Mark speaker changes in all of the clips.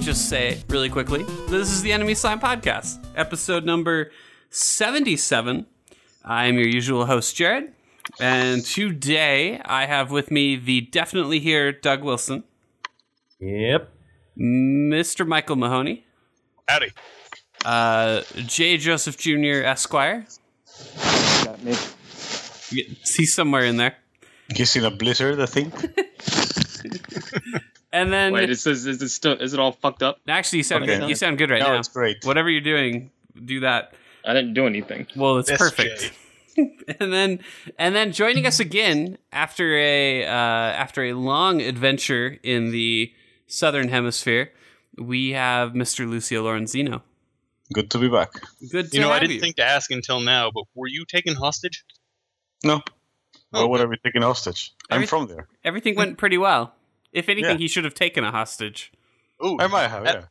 Speaker 1: just say really quickly this is the Enemy Slime Podcast, episode number 77. I am your usual host, Jared. And today I have with me the definitely here Doug Wilson,
Speaker 2: Yep.
Speaker 1: Mr. Michael Mahoney,
Speaker 3: Howdy.
Speaker 1: uh, J. Joseph Jr. Esquire.
Speaker 4: Got me.
Speaker 1: He's somewhere in there.
Speaker 3: He's in a blizzard, I think.
Speaker 1: And then
Speaker 5: Wait, is this, is this still is it all fucked up?
Speaker 1: actually, you sound
Speaker 3: Okay.
Speaker 1: good. You sound good right
Speaker 3: No,
Speaker 1: now.
Speaker 3: it's great.
Speaker 1: Whatever you're doing, do that.
Speaker 5: I didn't do anything.
Speaker 1: Well, it's
Speaker 3: Yes,
Speaker 1: perfect. and then and then joining us again after a uh, after a long adventure in the southern hemisphere, we have Mr. Lucio Lorenzino.
Speaker 3: Good to be back.
Speaker 1: Good to
Speaker 6: You know,
Speaker 1: have
Speaker 6: I didn't
Speaker 1: you.
Speaker 6: think to ask until now, but were you taken hostage?
Speaker 3: No.
Speaker 6: Oh,
Speaker 3: Why would I be taken hostage? I'm
Speaker 1: Everyth-
Speaker 3: from there.
Speaker 1: Everything went pretty well. If anything,
Speaker 3: Yeah.
Speaker 1: he should have taken a hostage.
Speaker 6: Ooh,
Speaker 3: I might have,
Speaker 1: Uh,
Speaker 6: that-
Speaker 3: yeah.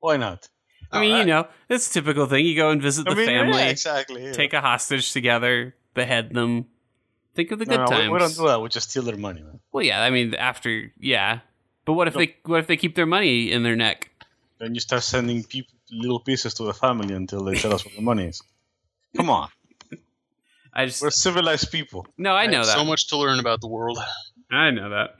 Speaker 3: Why not?
Speaker 1: I mean, you
Speaker 6: Alright.
Speaker 1: know, it's a typical thing. You go and visit the
Speaker 3: I mean,
Speaker 1: family,
Speaker 3: yeah, exactly. yeah.
Speaker 1: take a hostage together, behead them. Think of the
Speaker 3: No,
Speaker 1: good
Speaker 3: no, we-
Speaker 1: times.
Speaker 3: We, don't do that. We just steal their money, man.
Speaker 1: Well, yeah, I mean, after, yeah. But what if they what if they keep their money in their neck?
Speaker 3: Then you start sending peop little pieces to the family until they tell us what the money is. Come on.
Speaker 1: I just
Speaker 3: We're civilized people.
Speaker 1: no, I
Speaker 6: have
Speaker 1: know that.
Speaker 6: So much to learn about the world.
Speaker 1: I know that.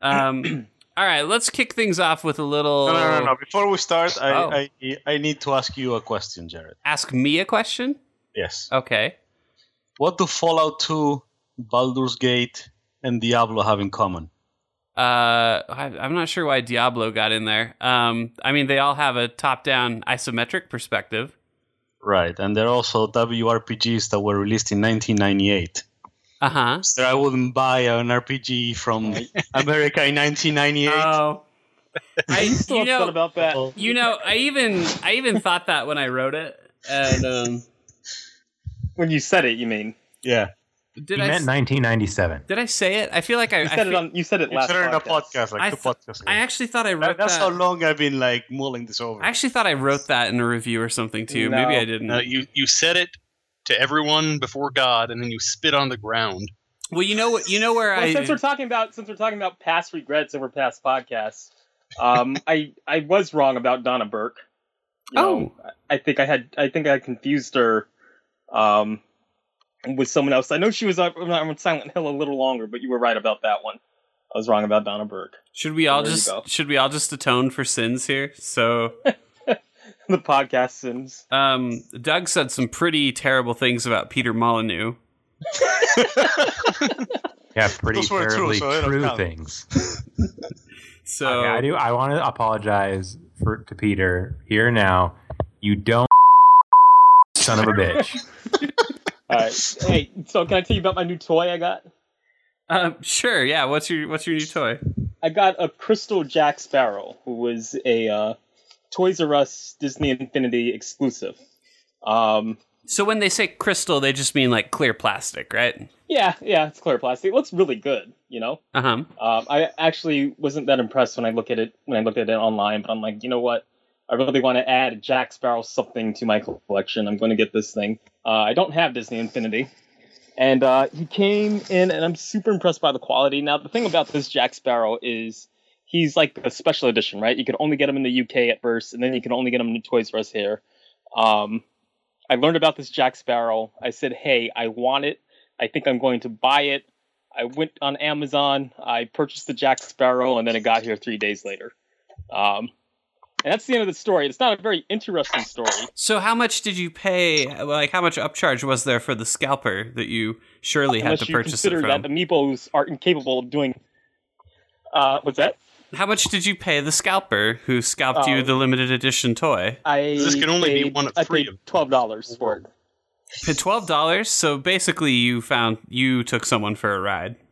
Speaker 1: Um, all right, let's kick things off with a little.
Speaker 3: No, no, no, no. Before we start, I,
Speaker 1: Oh.
Speaker 3: I, I need to ask you a question, Jared.
Speaker 1: Ask me a question.
Speaker 3: Yes.
Speaker 1: Okay.
Speaker 3: What do Fallout 2, Baldur's Gate, and Diablo have in common?
Speaker 1: Uh, I, I'm not sure why Diablo got in there. Um, I mean, they all have a top-down isometric perspective.
Speaker 3: Right, and they're also WRPGs that were released in 1998.
Speaker 1: Uh huh.
Speaker 3: So I wouldn't buy an RPG from America in 1998.
Speaker 1: Oh. I, you know,
Speaker 4: about that.
Speaker 1: You know, I even I even thought that when I wrote it, and um,
Speaker 5: When you said it, you mean
Speaker 3: yeah,
Speaker 1: did
Speaker 2: he
Speaker 1: I
Speaker 2: meant
Speaker 1: s-
Speaker 2: 1997.
Speaker 1: did I say it? I feel like I
Speaker 5: you
Speaker 1: I,
Speaker 5: said it
Speaker 1: fe-
Speaker 5: on you said it last
Speaker 3: considering a podcast like
Speaker 1: I
Speaker 3: two
Speaker 1: thought-
Speaker 3: podcasts. ago.
Speaker 1: I actually thought I
Speaker 3: That-
Speaker 1: wrote
Speaker 3: That's
Speaker 1: that.
Speaker 3: how long I've been like mulling this over.
Speaker 1: I actually thought I wrote that in a review or something too.
Speaker 5: No.
Speaker 1: Maybe I didn't.
Speaker 6: No, you you said it to everyone before God, and then you spit on the ground.
Speaker 1: well, you know what? You know where
Speaker 5: Well,
Speaker 1: I.
Speaker 5: since we're talking about since we're talking about past regrets over past podcasts, um, I I was wrong about Donna Burke. You
Speaker 1: Oh.
Speaker 5: know, I think I had I think I confused her, um, with someone else. I know she was on, on Silent Hill a little longer, but you were right about that one. I was wrong about Donna Burke.
Speaker 1: Should we all
Speaker 5: There you
Speaker 1: just
Speaker 5: go.
Speaker 1: should we all just atone for sins here? So,
Speaker 5: The podcast Sims.
Speaker 1: um, Doug said some pretty terrible things about Peter Molyneux.
Speaker 2: Yeah, pretty
Speaker 3: Those were true,
Speaker 2: terribly
Speaker 3: so they don't
Speaker 2: true
Speaker 3: count.
Speaker 2: things.
Speaker 1: So
Speaker 2: Okay, I do. I want to apologize for to Peter here now. You don't, son of a bitch.
Speaker 5: All right. Hey, so can I tell you about my new toy I got?
Speaker 1: um, sure, yeah. What's your what's your new toy?
Speaker 5: I got a Crystal Jack Sparrow, who was a uh, Toys R Us Disney Infinity exclusive. Um,
Speaker 1: So when they say crystal, they just mean like clear plastic, right?
Speaker 5: yeah, yeah, it's clear plastic. It looks really good, you know.
Speaker 1: Uh huh.
Speaker 5: Um, I actually wasn't that impressed when I look at it when I looked at it online, but I'm like, you know what? I really want to add Jack Sparrow something to my collection. I'm going to get this thing. Uh, I don't have Disney Infinity, and uh, he came in, and I'm super impressed by the quality. Now the thing about this Jack Sparrow is he's like a special edition, right? You could only get him in the UK at first, and then you could only get him in Toys R Us here. Um, I learned about this Jack Sparrow. I said, hey, I want it. I think I'm going to buy it. I went on Amazon. I purchased the Jack Sparrow, and then it got here three days later. Um, and that's the end of the story. It's not a very interesting story.
Speaker 1: So how much did you pay? Like how much upcharge was there for the scalper that you surely had
Speaker 5: unless
Speaker 1: to
Speaker 5: you
Speaker 1: purchase it
Speaker 5: consider
Speaker 1: from?
Speaker 5: that amiibos are incapable of doing. Uh, what's that?
Speaker 1: How much did you pay the scalper who scalped you
Speaker 5: Oh.
Speaker 1: the limited edition toy?
Speaker 5: I
Speaker 6: This can only be
Speaker 5: paid-
Speaker 6: one of
Speaker 5: I
Speaker 6: three
Speaker 5: paid
Speaker 6: of them.
Speaker 5: twelve dollars for it.
Speaker 1: For twelve dollars. So basically, you found you took someone for a ride.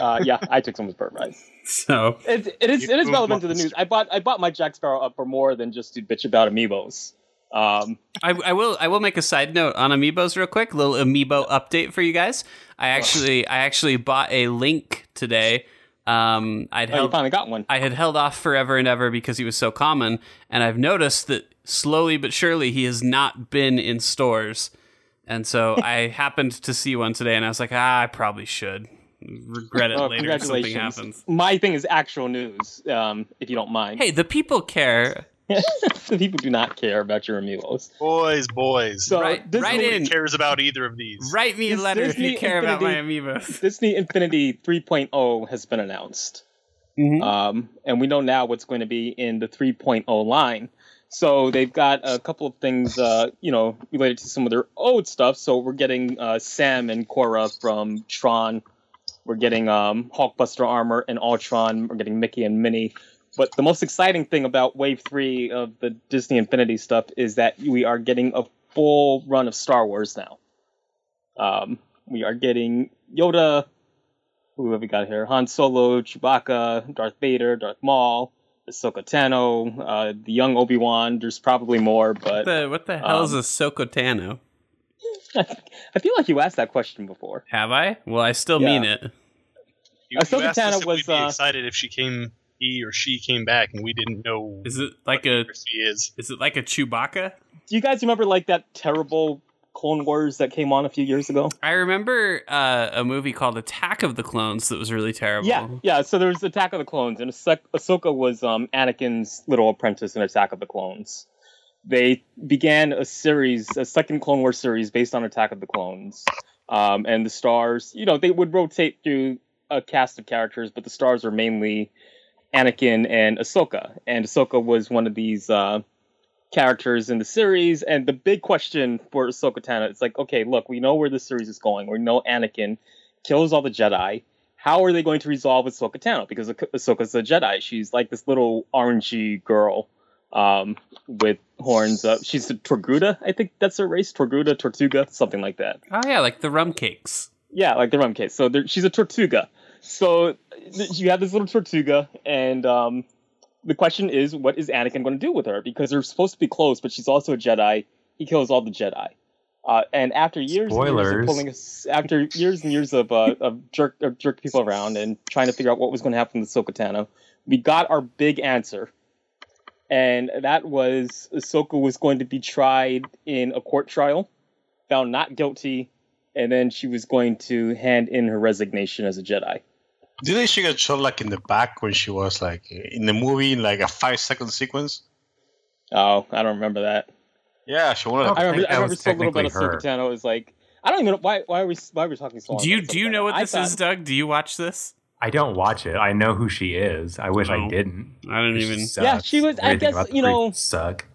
Speaker 5: Uh, yeah, I took someone's bird ride.
Speaker 1: So
Speaker 5: It, it is
Speaker 6: You
Speaker 5: it is
Speaker 6: moved
Speaker 5: relevant to the
Speaker 6: monsters.
Speaker 5: news. I bought I bought my Jack Sparrow up for more than just to bitch about amiibos. Um,
Speaker 1: I, I will I will make a side note on amiibos real quick. Little amiibo update for you guys. I actually I actually bought a link today. Um, I'd
Speaker 5: oh, you
Speaker 1: held
Speaker 5: finally got one.
Speaker 1: I had held off forever and ever because he was so common, and I've noticed that slowly but surely he has not been in stores. And so I happened to see one today, and I was like, ah, I probably should. regret it
Speaker 5: Oh,
Speaker 1: later if something
Speaker 5: congratulations.
Speaker 1: happens.
Speaker 5: My thing is actual news, um, if you don't mind.
Speaker 1: Hey, the people care.
Speaker 5: the people do not care about your Emulos.
Speaker 6: Boys, boys.
Speaker 5: So
Speaker 1: Right-
Speaker 5: Disney,
Speaker 1: right in.
Speaker 6: Nobody cares about either of these.
Speaker 1: Write me a
Speaker 5: Is
Speaker 1: letter if you
Speaker 5: Disney
Speaker 1: care about my amiibos.
Speaker 5: Disney Infinity 3.0 has been announced.
Speaker 1: Mm-hmm.
Speaker 5: Um, and we know now what's going to be in the 3.0 line. So they've got a couple of things, uh, you know, related to some of their old stuff. So we're getting uh, Sam and Korra from Tron. We're getting um, Hulkbuster armor and Ultron. We're getting Mickey and Minnie. But the most exciting thing about Wave Three of the Disney Infinity stuff is that we are getting a full run of Star Wars now. Um, we are getting Yoda, who have we got here? Han Solo, Chewbacca, Darth Vader, Darth Maul, Ahsoka Tano, uh, the young Obi Wan. There's probably more, but
Speaker 1: The, what the hell is
Speaker 5: Um,
Speaker 1: a Sokotano?
Speaker 5: I feel like you asked that question before.
Speaker 1: Have I? Well, I still
Speaker 5: Yeah.
Speaker 1: mean it.
Speaker 6: You,
Speaker 5: Ahsoka
Speaker 6: you asked us
Speaker 5: Tano
Speaker 6: if
Speaker 5: was,
Speaker 6: we'd be
Speaker 5: uh,
Speaker 6: excited if she came, he or she came back, and we didn't know
Speaker 1: Is it like a
Speaker 6: where she is.
Speaker 1: is it like a Chewbacca?
Speaker 5: Do you guys remember like that terrible Clone Wars that came on a few years ago?
Speaker 1: I remember uh, a movie called Attack of the Clones that was really terrible.
Speaker 5: Yeah, yeah. So there was Attack of the Clones, and Ahso- Ahsoka was um, Anakin's little apprentice in Attack of the Clones. They began a series, a second Clone Wars series based on Attack of the Clones, um, and the stars. You know, they would rotate through a cast of characters, but the stars were mainly Anakin and Ahsoka, and Ahsoka was one of these. Uh, characters in the series and the big question for Ahsoka Tano it's like okay look we know where the series is going we know Anakin kills all the Jedi how are they going to resolve Ahsoka Tano? Because Ah- Ahsoka's a Jedi. She's like this little orangey girl um, with horns. Uh, she's a Torguda, I think that's her race. Torguda, Tortuga, something like that.
Speaker 1: Oh yeah, like the rum cakes.
Speaker 5: Yeah, like the rum case. So there, she's a Tortuga. So th- you have this little Tortuga, and um, the question is, what is Anakin going to do with her? Because they're supposed to be close, but she's also a Jedi. He kills all the Jedi. Uh, and after years, and years of
Speaker 2: Spoilers.
Speaker 5: pulling us, after years and years of uh, of jerk of jerk people around and trying to figure out what was going to happen with Ahsoka Tano, we got our big answer, and that was Ahsoka was going to be tried in a court trial, found not guilty, and then she was going to hand in her resignation as a Jedi.
Speaker 3: Didn't she get shot like in the back when she was like in the movie in like a five second sequence?
Speaker 5: Oh, I don't remember that.
Speaker 3: Yeah, she wanted.
Speaker 2: Okay.
Speaker 5: I
Speaker 2: I
Speaker 5: remember. I,
Speaker 2: think that
Speaker 5: remember
Speaker 2: was
Speaker 5: so little about
Speaker 2: technically her.
Speaker 5: Ahsoka Tano. It was like I don't even know why. Why are we? Why are we talking so long?
Speaker 1: Do you
Speaker 5: about
Speaker 1: do you
Speaker 5: Ahsoka
Speaker 1: know what
Speaker 5: Tano? Oh, I
Speaker 1: this is,
Speaker 5: thought-
Speaker 1: Doug? Do you watch this?
Speaker 2: I don't watch it. I know who she is. I wish
Speaker 1: No.
Speaker 2: I didn't.
Speaker 1: I don't
Speaker 2: She
Speaker 1: even.
Speaker 2: sucks.
Speaker 5: Yeah, she was- I
Speaker 2: Everything
Speaker 5: guess,
Speaker 2: about the
Speaker 5: you know-
Speaker 2: freak suck.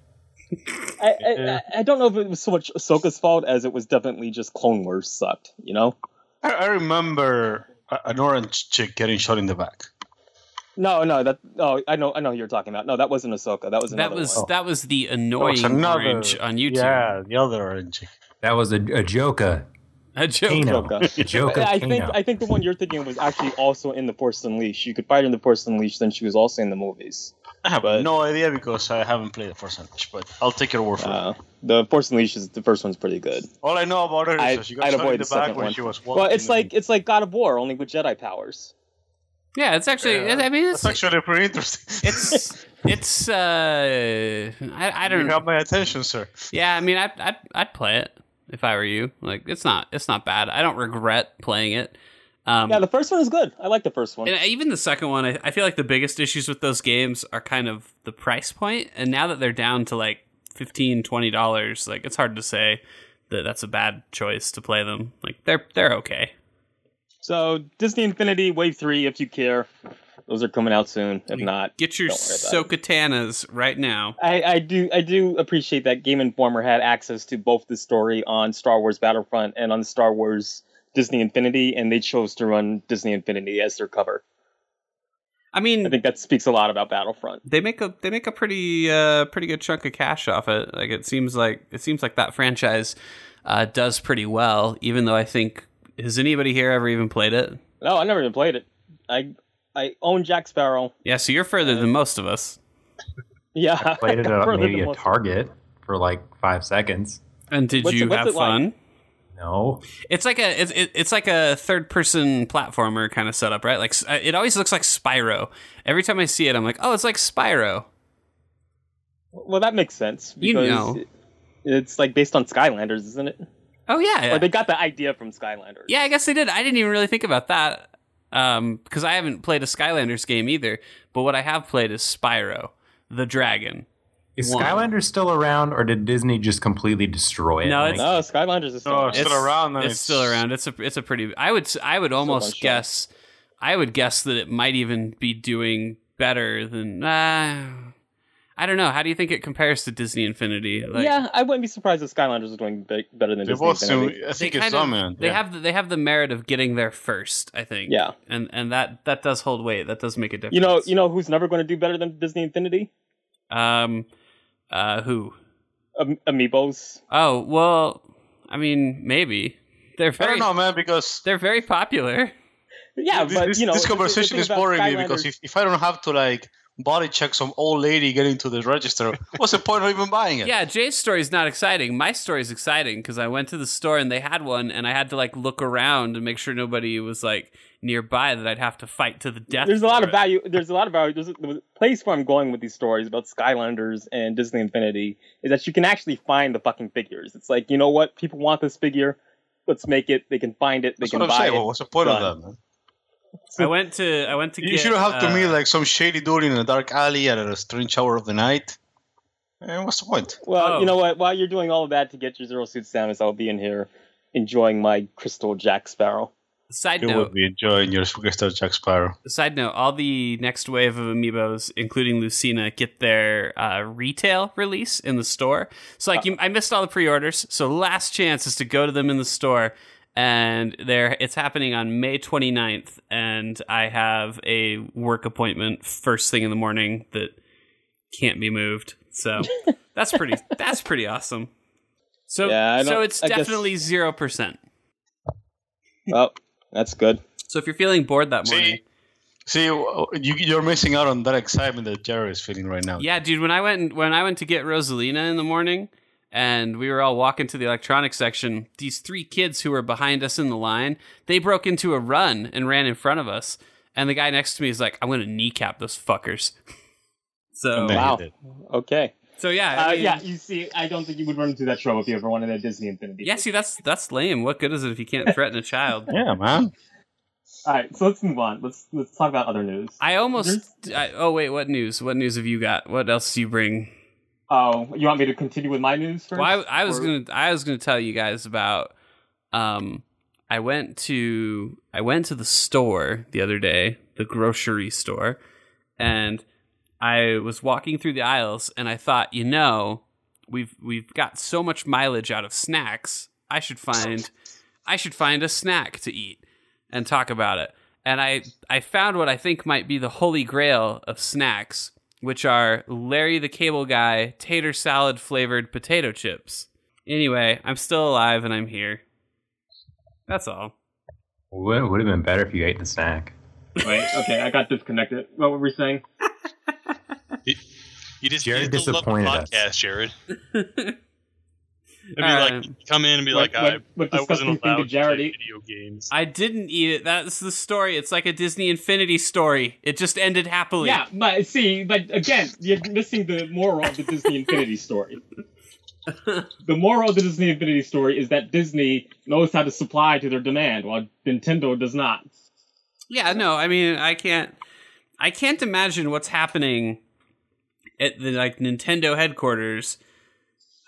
Speaker 5: I, I, I- I don't know if it was so much Ahsoka's fault as it was definitely just Clone Wars sucked. You know?
Speaker 3: I, I remember a- an orange chick getting shot in the back.
Speaker 5: No, no. That. Oh, I know. I know who you're talking about. No, that wasn't Ahsoka. That was
Speaker 1: That
Speaker 5: another
Speaker 1: was
Speaker 5: one.
Speaker 1: that was the annoying
Speaker 3: Oh, another-
Speaker 1: orange on YouTube.
Speaker 3: Yeah, the other orange chick.
Speaker 2: That was a, a joker.
Speaker 1: A joke.
Speaker 2: Kano.
Speaker 5: Ahsoka.
Speaker 2: A joker.
Speaker 5: I
Speaker 2: Kano.
Speaker 5: think I think the one you're thinking of was actually also in the Force Unleashed. You could find her in the Force Unleashed, then she was also in the movies.
Speaker 3: I have
Speaker 5: But-
Speaker 3: no idea because I haven't played it for so much, but I'll take your word for it.
Speaker 5: Uh, the Force Unleashed is the first one's pretty good.
Speaker 3: All I know about her is
Speaker 5: I-
Speaker 3: that she got
Speaker 5: I'd
Speaker 3: shot
Speaker 5: avoid
Speaker 3: in the
Speaker 5: the
Speaker 3: back
Speaker 5: second
Speaker 3: when
Speaker 5: one.
Speaker 3: she was walking.
Speaker 5: Well, it's
Speaker 3: and-
Speaker 5: like it's like God of War, only with Jedi powers.
Speaker 1: Yeah, it's actually. I mean, it's
Speaker 3: that's actually pretty interesting.
Speaker 1: it's it's. Uh, I I don't.
Speaker 3: you got my attention, sir.
Speaker 1: Yeah, I mean, I'd, I'd I'd play it if I were you. Like, it's not it's not bad. I don't regret playing it. Um,
Speaker 5: Yeah, the first one is good. I like the first one.
Speaker 1: and even the second one, I, I feel like the biggest issues with those games are kind of the price point. And now that they're down to like 15 dollars, like it's hard to say that that's a bad choice to play them. Like they're they're okay.
Speaker 5: So Disney Infinity Wave Three, if you care, those are coming out soon. If not,
Speaker 1: Get your
Speaker 5: Don't worry about
Speaker 1: Sokatanas right now.
Speaker 5: I, I do I do appreciate that Game Informer had access to both the story on Star Wars Battlefront and on Star Wars Disney Infinity, and they chose to run Disney Infinity as their cover.
Speaker 1: I
Speaker 5: I
Speaker 1: mean,
Speaker 5: think that speaks a lot about Battlefront.
Speaker 1: they make a they make a pretty uh pretty good chunk of cash off it. Like it seems like it seems like that franchise uh, does pretty well. Even though I think has anybody here ever even played it?
Speaker 5: No, I never even played it. I I own Jack Sparrow.
Speaker 1: Yeah, so you're
Speaker 5: Uh,
Speaker 1: further than most of us.
Speaker 5: Yeah,
Speaker 2: Played it at
Speaker 5: Further
Speaker 2: maybe
Speaker 5: than
Speaker 2: a
Speaker 5: most-
Speaker 2: Target for like five seconds.
Speaker 1: And did
Speaker 5: What's it-
Speaker 1: you
Speaker 5: what's
Speaker 1: have
Speaker 5: it like?
Speaker 1: fun?
Speaker 2: No.
Speaker 1: It's like a it's it, it's like a third person platformer kind of setup, right? Like s- uh, it always looks like Spyro. Every time I see it, I'm like, oh, it's like Spyro.
Speaker 5: Well, that makes sense
Speaker 1: You
Speaker 5: because
Speaker 1: know.
Speaker 5: it- it's like based on Skylanders, isn't it?
Speaker 1: Oh yeah,
Speaker 5: Or they got the idea from Skylanders.
Speaker 1: yeah. I guess they did. I didn't even really think about that. because I haven't played a Skylanders game either. But what I have played is Spyro the Dragon.
Speaker 2: Is
Speaker 1: One.
Speaker 2: Skylanders still around, or did Disney just completely destroy it?
Speaker 1: No, it's-
Speaker 5: No, Skylanders is
Speaker 2: Oh,
Speaker 5: still.
Speaker 3: No, it's still around. and
Speaker 1: It's, still around. It's a it's a pretty. I would s- I would almost
Speaker 5: much, yeah.
Speaker 1: guess. I would guess that it might even be doing better than. Uh, I don't know. How do you think it compares to Disney Infinity? Like,
Speaker 5: yeah, I wouldn't be surprised if Skylanders was doing be- better than
Speaker 3: They
Speaker 5: Disney
Speaker 3: both
Speaker 5: Infinity.
Speaker 3: seem, I
Speaker 1: they
Speaker 3: think it's
Speaker 1: kind of-
Speaker 3: dominant.
Speaker 1: They
Speaker 3: yeah.
Speaker 1: have the, they have the merit of getting there first. I think.
Speaker 5: Yeah.
Speaker 1: And and that that does hold weight. That does make a difference.
Speaker 5: You know, you know who's never going to do better than Disney Infinity?
Speaker 1: know. Um. Uh. Who?
Speaker 5: Ami- Amiibos.
Speaker 1: Oh well. I mean, maybe they're
Speaker 3: I
Speaker 1: very
Speaker 3: don't know, man, because
Speaker 1: they're very popular.
Speaker 5: Yeah,
Speaker 3: this,
Speaker 5: but
Speaker 3: this-
Speaker 5: you know,
Speaker 3: this
Speaker 5: the- the
Speaker 3: conversation
Speaker 5: thing
Speaker 3: is
Speaker 5: about
Speaker 3: boring me because
Speaker 5: Skylanders-
Speaker 3: if, if I don't have to like body check some old lady getting to the register, what's the point of even buying it?
Speaker 1: Yeah, Jay's story's not exciting. My story's exciting because I went to the store and they had one, and I had to like look around and make sure nobody was like nearby that I'd have to fight to the death.
Speaker 5: there's a lot
Speaker 1: for
Speaker 5: of
Speaker 1: it.
Speaker 5: value. There's a lot of value. There's a, the place where I'm going with these stories about Skylanders and Disney Infinity is that you can actually find the fucking figures. It's like you know what people want this figure. Let's make it. They can find it. They
Speaker 3: That's
Speaker 5: can
Speaker 3: what I'm
Speaker 5: buy
Speaker 3: saying.
Speaker 5: it.
Speaker 3: Well, what's the point
Speaker 5: Done.
Speaker 3: of that, man?
Speaker 1: I went to I went to.
Speaker 3: You
Speaker 1: get,
Speaker 3: shouldn't have to
Speaker 1: uh,
Speaker 3: meet like some shady dude in a dark alley at a strange hour of the night. And what's the point?
Speaker 5: Well,
Speaker 1: Oh.
Speaker 5: you know what? While you're doing all of that to get your zero suit sandwich, I'll be in here enjoying my crystal Jack Sparrow.
Speaker 1: Side
Speaker 3: You
Speaker 1: note.
Speaker 3: would be enjoying your Superstar Jack Sparrow.
Speaker 1: Side note. All the next wave of amiibos, including Lucina, get their uh, retail release in the store. So like, you, I missed all the pre-orders. So last chance is to go to them in the store. And there, it's happening on May 29th, and I have a work appointment first thing in the morning that can't be moved. So that's pretty. that's pretty awesome. So,
Speaker 5: Yeah, I don't-
Speaker 1: so it's
Speaker 5: I guess-
Speaker 1: definitely zero percent.
Speaker 5: Oh, that's good.
Speaker 1: So if you're feeling bored that
Speaker 3: See?
Speaker 1: morning,
Speaker 3: See, you, you're missing out on that excitement that Jerry is feeling right now.
Speaker 1: Yeah, dude. When I went when I went to get Rosalina in the morning, and we were all walking to the electronics section, these three kids who were behind us in the line, they broke into a run and ran in front of us. And the guy next to me is like, "I'm gonna kneecap those fuckers." So
Speaker 3: And then he
Speaker 5: Wow.
Speaker 3: did.
Speaker 5: Okay.
Speaker 1: so yeah, I
Speaker 5: Uh,
Speaker 1: mean-
Speaker 5: yeah, you see, I don't think you would run into that trouble if you ever wanted a Disney Infinity.
Speaker 1: yeah. See, that's that's lame. What good is it if you can't threaten a child?
Speaker 3: Yeah, man.
Speaker 5: All right, so let's move on. Let's let's talk about other news.
Speaker 1: I almost. I, oh wait, what news? What news have you got? What else do you bring?
Speaker 5: Oh, you want me to continue with my news first?
Speaker 1: Well, I, I was
Speaker 5: Or-
Speaker 1: gonna I was gonna tell you guys about. Um, I went to I went to the store the other day, the grocery store, and I was walking through the aisles, and I thought, you know, we've we've got so much mileage out of snacks. I should find I should find a snack to eat and talk about it. And I I found what I think might be the holy grail of snacks, which are Larry the Cable Guy tater salad flavored potato chips. Anyway, I'm still alive and I'm here. That's all.
Speaker 2: Would would have been better if you ate the snack.
Speaker 5: Wait, okay, I got disconnected. What were we saying?
Speaker 6: You just
Speaker 2: Jared
Speaker 6: you just love the
Speaker 2: disappointed us.
Speaker 6: podcast, Jared. It'd be
Speaker 1: All
Speaker 6: like
Speaker 1: right.
Speaker 6: come in and be like,
Speaker 5: What- what- what
Speaker 6: I, I
Speaker 5: disgusting
Speaker 6: wasn't
Speaker 5: thing
Speaker 6: allowed
Speaker 5: to
Speaker 6: to
Speaker 5: Jared e-
Speaker 6: play
Speaker 5: eat?
Speaker 6: video games.
Speaker 1: I didn't eat it. That's the story. It's like a Disney Infinity story. It just ended happily.
Speaker 5: Yeah, but see, but again, you're missing the moral of the Disney Infinity story. The moral of the Disney Infinity story is that Disney knows how to supply to their demand, while Nintendo does not.
Speaker 1: Yeah, no, I mean, I can't, I can't imagine what's happening at the like Nintendo headquarters.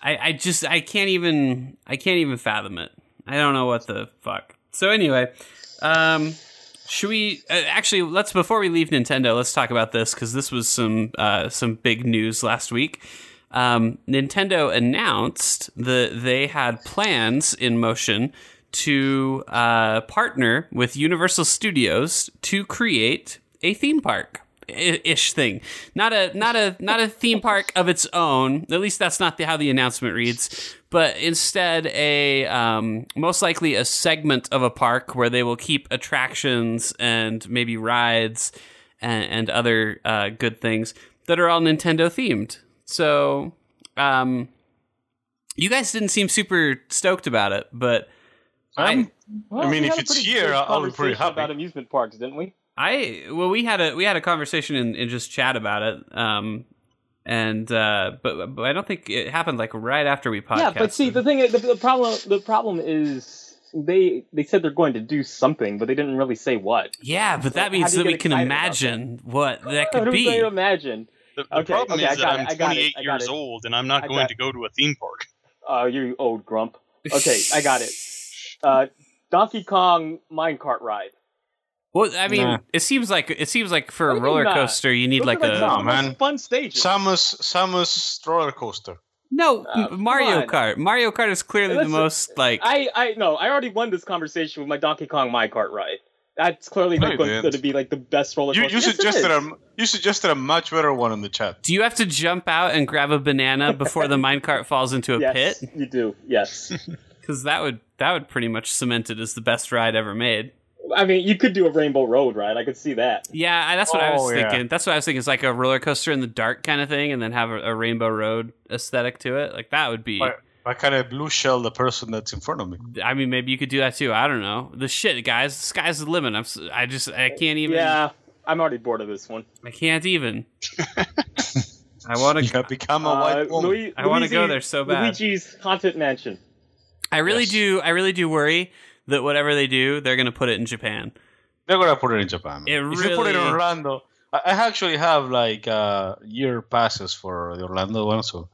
Speaker 1: I, I just, I can't even, I can't even fathom it. I don't know what the fuck. So anyway, um, should we uh, actually let's before we leave Nintendo, let's talk about this because this was some uh, some big news last week. Um, Nintendo announced that they had plans in motion to uh, partner with Universal Studios to create a theme park i- ish thing not a not a not a theme park of its own at least that's not the, how the announcement reads but instead a um, most likely a segment of a park where they will keep attractions and maybe rides and, and other uh, good things that are all nintendo themed so um, you guys didn't seem super stoked about it but
Speaker 3: I'm-
Speaker 5: Well,
Speaker 3: I mean,
Speaker 5: we
Speaker 3: if
Speaker 5: had a
Speaker 3: it's
Speaker 5: pretty
Speaker 3: here,
Speaker 5: good
Speaker 3: I'll be pretty
Speaker 5: conversation
Speaker 3: happy.
Speaker 5: about amusement parks, didn't we?
Speaker 1: I well, we had a we had a conversation and, and just chat about it. Um, and uh, but but I don't think it happened like right after we podcast.
Speaker 5: Yeah, but see, the thing, is- the, the problem, the problem is they they said they're going to do something, but they didn't really say what.
Speaker 1: Yeah, but that
Speaker 5: How do
Speaker 1: means
Speaker 5: you
Speaker 1: that
Speaker 5: get
Speaker 1: we can
Speaker 5: excited about
Speaker 1: imagine what that could
Speaker 5: What do
Speaker 1: be.
Speaker 5: you imagine?
Speaker 6: The, the
Speaker 5: Okay,
Speaker 6: problem
Speaker 5: okay, I
Speaker 6: is
Speaker 5: got
Speaker 6: that
Speaker 5: it, I
Speaker 6: I'm
Speaker 5: got it,
Speaker 6: 28
Speaker 5: I got
Speaker 6: years
Speaker 5: it.
Speaker 6: old and I'm not
Speaker 5: I
Speaker 6: going
Speaker 5: got
Speaker 6: to go to a theme park.
Speaker 5: Uh, you old grump. Okay, I got it. Uh, Donkey Kong minecart ride.
Speaker 1: Well, I mean,
Speaker 2: Nah.
Speaker 1: it seems like it seems like for a
Speaker 5: Maybe
Speaker 1: roller
Speaker 5: not.
Speaker 1: coaster, you need
Speaker 5: Those
Speaker 1: like
Speaker 5: are,
Speaker 1: a
Speaker 5: some
Speaker 3: No,
Speaker 5: of the
Speaker 3: man.
Speaker 5: most Fun stages.
Speaker 3: Samus Samus roller coaster.
Speaker 1: no
Speaker 5: Uh,
Speaker 1: M- Mario
Speaker 5: come
Speaker 1: Kart. Mario Kart is clearly
Speaker 5: Listen,
Speaker 1: the most like.
Speaker 5: I I no, I already won this conversation with my Donkey Kong minecart ride. That's clearly
Speaker 3: No,
Speaker 5: like,
Speaker 3: you
Speaker 5: going,
Speaker 3: didn't.
Speaker 5: to be like the best roller
Speaker 3: You,
Speaker 5: coaster.
Speaker 3: you
Speaker 5: Yes, it
Speaker 3: suggested
Speaker 5: is.
Speaker 3: a you suggested a much better one in the chat.
Speaker 1: do you have to jump out and grab a banana before the minecart falls into a
Speaker 5: yes,
Speaker 1: pit?
Speaker 5: You do. Yes.
Speaker 1: Because that would that would pretty much cement it as the best ride ever made.
Speaker 5: I mean, you could do a Rainbow Road ride. I could see that.
Speaker 1: Yeah, I- that's what I was
Speaker 2: Oh, yeah.
Speaker 1: thinking. That's what I was thinking. It's like a roller coaster in the dark kind of thing, and then have a, a Rainbow Road aesthetic to it. Like that would be.
Speaker 3: Right. Why can't I blue shell the person that's in front of me?
Speaker 1: I mean, maybe you could do that too. I don't know. The shit, guys. The sky's the limit. I'm. s- I just. I can't even.
Speaker 5: Yeah, I'm already bored of this one.
Speaker 1: I can't even. I Uh, want
Speaker 3: You
Speaker 1: to.
Speaker 3: have become a white woman.
Speaker 5: Uh, Lui-
Speaker 1: I wanna go
Speaker 5: Luigi-
Speaker 1: there so bad.
Speaker 5: Luigi's Haunted Mansion.
Speaker 1: I really
Speaker 3: Yes.
Speaker 1: do. I really do worry that whatever they do, they're gonna put it in Japan.
Speaker 3: They're gonna put it in Japan. man.
Speaker 1: It
Speaker 3: if they put it in
Speaker 1: really-
Speaker 3: Orlando, I, I actually have like uh, year passes for the Orlando one. So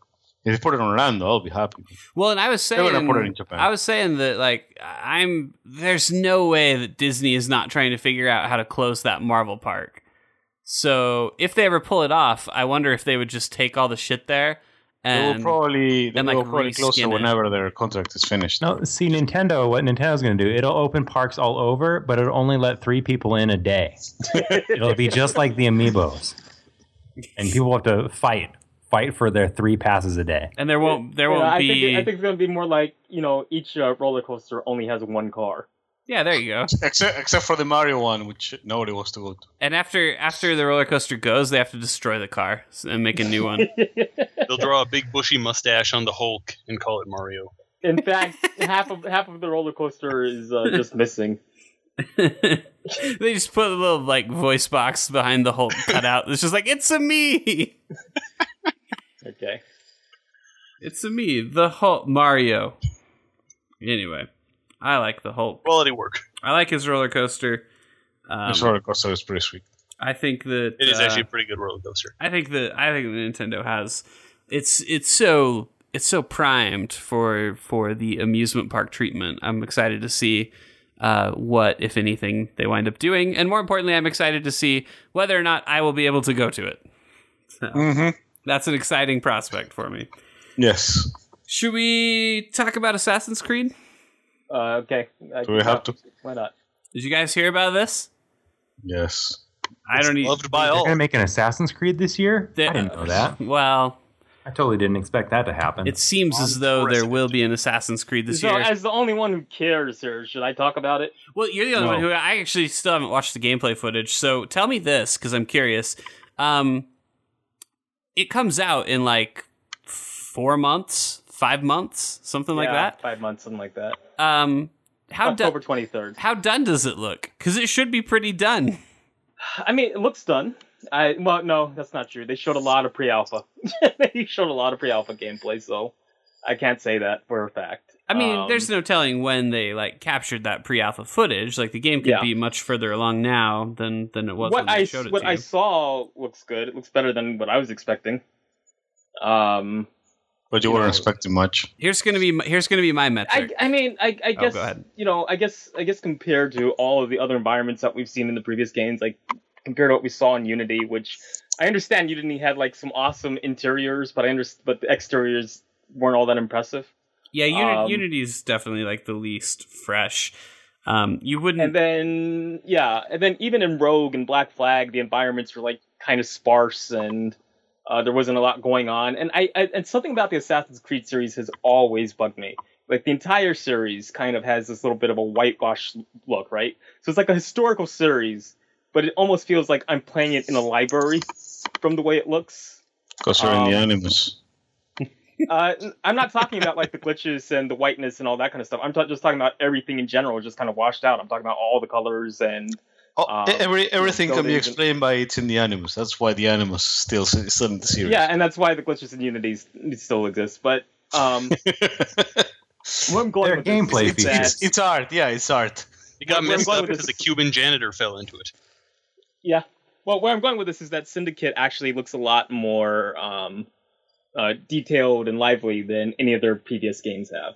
Speaker 3: if they put it in Orlando, I'll be happy.
Speaker 1: Well, and I was
Speaker 3: They're
Speaker 1: saying,
Speaker 3: gonna put it in Japan.
Speaker 1: I was saying that like I'm. There's no way that Disney is not trying to figure out how to close that Marvel park. So if they ever pull it off, I wonder if they would just take all the shit there
Speaker 3: they will
Speaker 1: and
Speaker 3: probably they
Speaker 1: and, like,
Speaker 3: will probably close it
Speaker 1: reskin it.
Speaker 3: whenever their contract is finished.
Speaker 2: No, see, Nintendo, what Nintendo's going to do, it'll open parks all over, but it'll only let three people in a day. it'll be just like the Amiibos. And people have to fight, fight for their three passes a day.
Speaker 1: and there won't there
Speaker 5: Yeah,
Speaker 1: won't
Speaker 5: I
Speaker 1: be.
Speaker 5: Think it- I think it's gonna be more like you know, each uh, roller coaster only has one car.
Speaker 1: yeah, there you go.
Speaker 3: Except except for the Mario one, which nobody wants to go to.
Speaker 1: And after after the roller coaster goes, they have to destroy the car s- and make a new one.
Speaker 6: They'll draw a big bushy mustache on the Hulk and call it Mario.
Speaker 5: In fact, half of half of the roller coaster is uh, just missing.
Speaker 1: they just put a little like voice box behind the Hulk cutout. It's just like it's a me,
Speaker 5: Okay.
Speaker 1: it's a me, the Hulk Mario. Anyway, I like the Hulk.
Speaker 6: Quality work.
Speaker 1: I like his roller coaster. Um,
Speaker 3: this roller coaster is pretty sweet.
Speaker 1: I think that
Speaker 6: It is
Speaker 1: uh,
Speaker 6: actually a pretty good roller coaster.
Speaker 1: I think that I think that Nintendo has it's it's so it's so primed for for the amusement park treatment. I'm excited to see uh, what, if anything, they wind up doing, and more importantly, I'm excited to see whether or not I will be able to go to it.
Speaker 3: Mm-hmm.
Speaker 1: That's an exciting prospect for me.
Speaker 3: Yes.
Speaker 1: Should we talk about Assassin's Creed?
Speaker 5: Uh, okay. I
Speaker 3: Do we have to?
Speaker 5: Why not?
Speaker 1: Did you guys hear about this?
Speaker 3: Yes.
Speaker 1: I don't e- need.
Speaker 6: Loved by
Speaker 2: They're going to
Speaker 6: all.
Speaker 2: make an Assassin's Creed this year?
Speaker 1: They-
Speaker 2: I didn't
Speaker 6: uh,
Speaker 2: know that.
Speaker 1: Well,
Speaker 2: I totally didn't expect that to happen.
Speaker 1: it seems as though there will be an Assassin's Creed this
Speaker 5: so,
Speaker 1: year.
Speaker 5: as the only one who cares here, should I talk about it?
Speaker 1: Well, you're the only
Speaker 2: No.
Speaker 1: one who I actually still haven't watched the gameplay footage. So tell me this because I'm curious. Um, it comes out in like four months, five months, something like
Speaker 5: Yeah,
Speaker 1: that.
Speaker 5: Five months, something like that.
Speaker 1: Um, how
Speaker 5: October
Speaker 1: done?
Speaker 5: twenty third.
Speaker 1: How done does it look? Because it should be pretty done.
Speaker 5: I mean, it looks done. I well, no, that's not true. They showed a lot of pre-alpha. they showed a lot of pre-alpha gameplay, so I can't say that for a fact.
Speaker 1: I mean,
Speaker 5: Um,
Speaker 1: there's no telling when they like captured that pre-alpha footage. Like the game could
Speaker 5: Yeah.
Speaker 1: be much further along now than than it was
Speaker 5: what
Speaker 1: when they
Speaker 5: I
Speaker 1: showed it
Speaker 5: what
Speaker 1: to
Speaker 5: I
Speaker 1: you.
Speaker 5: saw looks good. It looks better than what I was expecting. Um,
Speaker 3: But you
Speaker 5: You
Speaker 3: weren't
Speaker 5: know-
Speaker 3: expecting much.
Speaker 1: Here's gonna be my, here's gonna be my
Speaker 5: I,
Speaker 1: metric.
Speaker 5: I mean, I, I
Speaker 1: Oh,
Speaker 5: guess
Speaker 1: go ahead.
Speaker 5: you know, I guess I guess compared to all of the other environments that we've seen in the previous games, like compared to what we saw in Unity, which I understand Unity had like some awesome interiors, but I understand, but the exteriors weren't all that impressive.
Speaker 1: yeah, Uni-
Speaker 5: um,
Speaker 1: Unity is definitely like the least fresh. Um, you wouldn't
Speaker 5: And then yeah, and then even in Rogue and Black Flag, the environments were like kind of sparse and uh, there wasn't a lot going on. And I, I and something about the Assassin's Creed series has always bugged me. Like the entire series kind of has this little bit of a whitewash look, right? So it's like a historical series, but it almost feels like I'm playing it in a library from the way it looks.
Speaker 3: Because you're in the
Speaker 5: Um,
Speaker 3: animus.
Speaker 5: Uh, n- I'm not talking about like the glitches and the whiteness and all that kind of stuff. I'm ta- just talking about everything in general, just kind of washed out. I'm talking about all the colors and
Speaker 3: Oh,
Speaker 5: um,
Speaker 3: e- every, everything can be
Speaker 5: buildings and-
Speaker 3: explained by it's in the animus. That's why the animus is still is still in the series.
Speaker 5: Yeah, and that's why the glitches and unities still exist. But um, Where I'm going
Speaker 2: Their
Speaker 5: with this is
Speaker 2: gameplay
Speaker 5: it's
Speaker 2: features.
Speaker 5: that-
Speaker 3: It's, it's art. Yeah, it's art.
Speaker 6: It got
Speaker 5: Where-
Speaker 6: messed
Speaker 5: where-
Speaker 6: up because the Cuban janitor fell into it.
Speaker 5: Yeah. Well, where I'm going with this is that Syndicate actually looks a lot more um, uh, detailed and lively than any of their previous games have.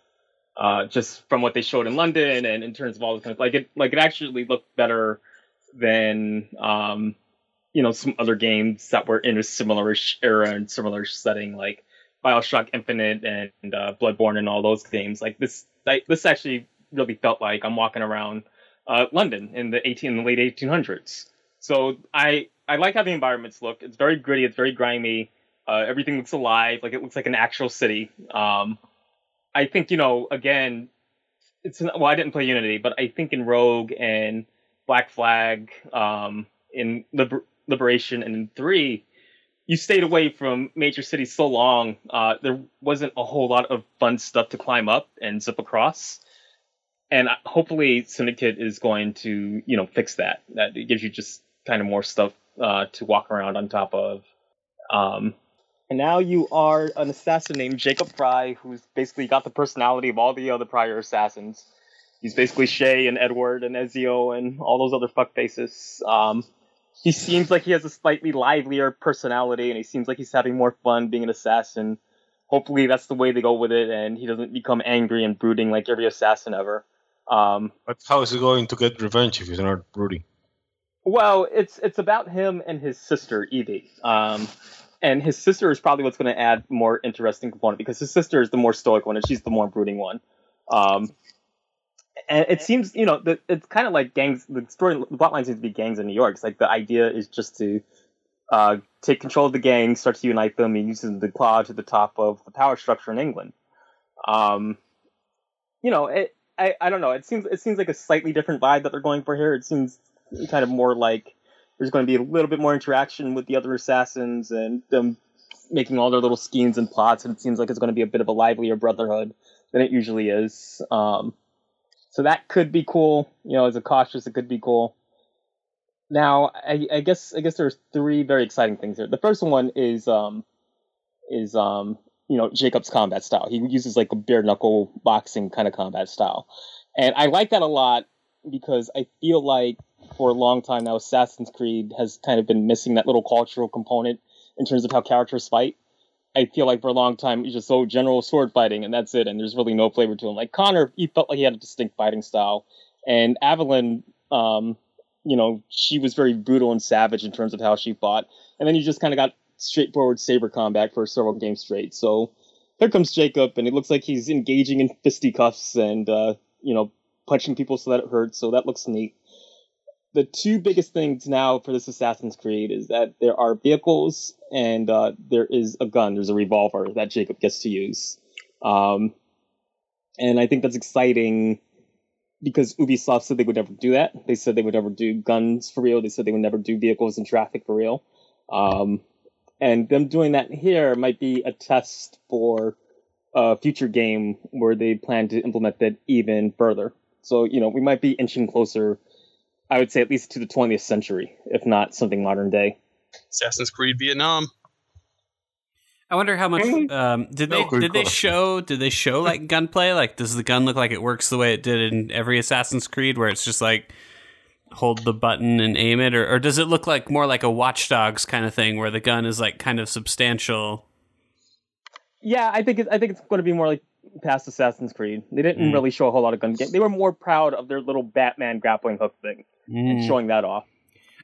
Speaker 5: Uh, just from what they showed in London, and in terms of all the kind of like it, like it actually looked better than um, you know some other games that were in a similar-ish era and similar setting, like Bioshock Infinite and uh, Bloodborne and all those games. Like this, like, this actually really felt like I'm walking around uh, London in the 18 in the late 1800s. So I I like how the environments look. It's very gritty. It's very grimy. Uh, everything looks alive. Like it looks like an actual city. Um, I think you know again, it's not, well I didn't play Unity, but I think in Rogue and Black Flag, um, in Liber- Liberation and in Three, you stayed away from major cities so long. Uh, there wasn't a whole lot of fun stuff to climb up and zip across and I- hopefully Syndicate is going to you know fix that. That it gives you just kind of more stuff uh, to walk around on top of. Um, and now you are an assassin named Jacob Fry, who's basically got the personality of all the other prior assassins. He's basically Shay and Edward and Ezio and all those other fuckfaces. Um, he seems like he has a slightly livelier personality, and he seems like he's having more fun being an assassin. Hopefully, that's the way they go with it, and he doesn't become angry and brooding like every assassin ever. Um,
Speaker 3: But how is he going to get revenge if he's not brooding?
Speaker 5: well, it's it's about him and his sister Evie, um, and his sister is probably what's going to add more interesting component because his sister is the more stoic one and she's the more brooding one. Um, and it seems you know that it's kind of like gangs. The story, the plotline seems to be gangs in New York. It's like the idea is just to uh, take control of the gang, start to unite them, and use them to claw to the top of the power structure in England. Um, you know, it, I I don't know. It seems it seems like a slightly different vibe that they're going for here. It seems kind of more like there's going to be a little bit more interaction with the other assassins and them making all their little schemes and plots and it seems like it's going to be a bit of a livelier brotherhood than it usually is um, so that could be cool you know as a cautious it could be cool now I, I guess i guess there's three very exciting things here the first one is um is um you know jacob's combat style he uses like a bare knuckle boxing kind of combat style and i like that a lot because i feel like for a long time now, Assassin's Creed has kind of been missing that little cultural component in terms of how characters fight. I feel like for a long time it's just so general sword fighting and that's it, and there's really no flavor to him. Like Connor, he felt like he had a distinct fighting style, and Avalyn, um, you know, she was very brutal and savage in terms of how she fought, and then you just kind of got straightforward saber combat for several games straight. So here comes Jacob, and it looks like he's engaging in fisticuffs and uh, you know punching people so that it hurts. So that looks neat the two biggest things now for this Assassin's Creed is that there are vehicles and uh, there is a gun. There's a revolver that Jacob gets to use, um, and I think that's exciting because Ubisoft said they would never do that. They said they would never do guns for real. They said they would never do vehicles and traffic for real. Um, and them doing that here might be a test for a future game where they plan to implement that even further. So you know we might be inching closer. I would say at least to the 20th century, if not something modern day.
Speaker 6: Assassin's Creed Vietnam.
Speaker 1: I wonder how much
Speaker 5: Mhm.
Speaker 1: um, did
Speaker 2: No,
Speaker 1: they
Speaker 2: good
Speaker 1: did they
Speaker 2: question.
Speaker 1: show did they show like gunplay? Like, does the gun look like it works the way it did in every Assassin's Creed, where it's just like hold the button and aim it, or, or does it look like more like a Watch Dogs kind of thing, where the gun is like kind of substantial?
Speaker 5: Yeah, I think it's, I think it's going to be more like past Assassin's Creed. They didn't
Speaker 1: Mm.
Speaker 5: really show a whole lot of gun game. They were more proud of their little Batman grappling hook thing and
Speaker 1: Mm.
Speaker 5: showing that off.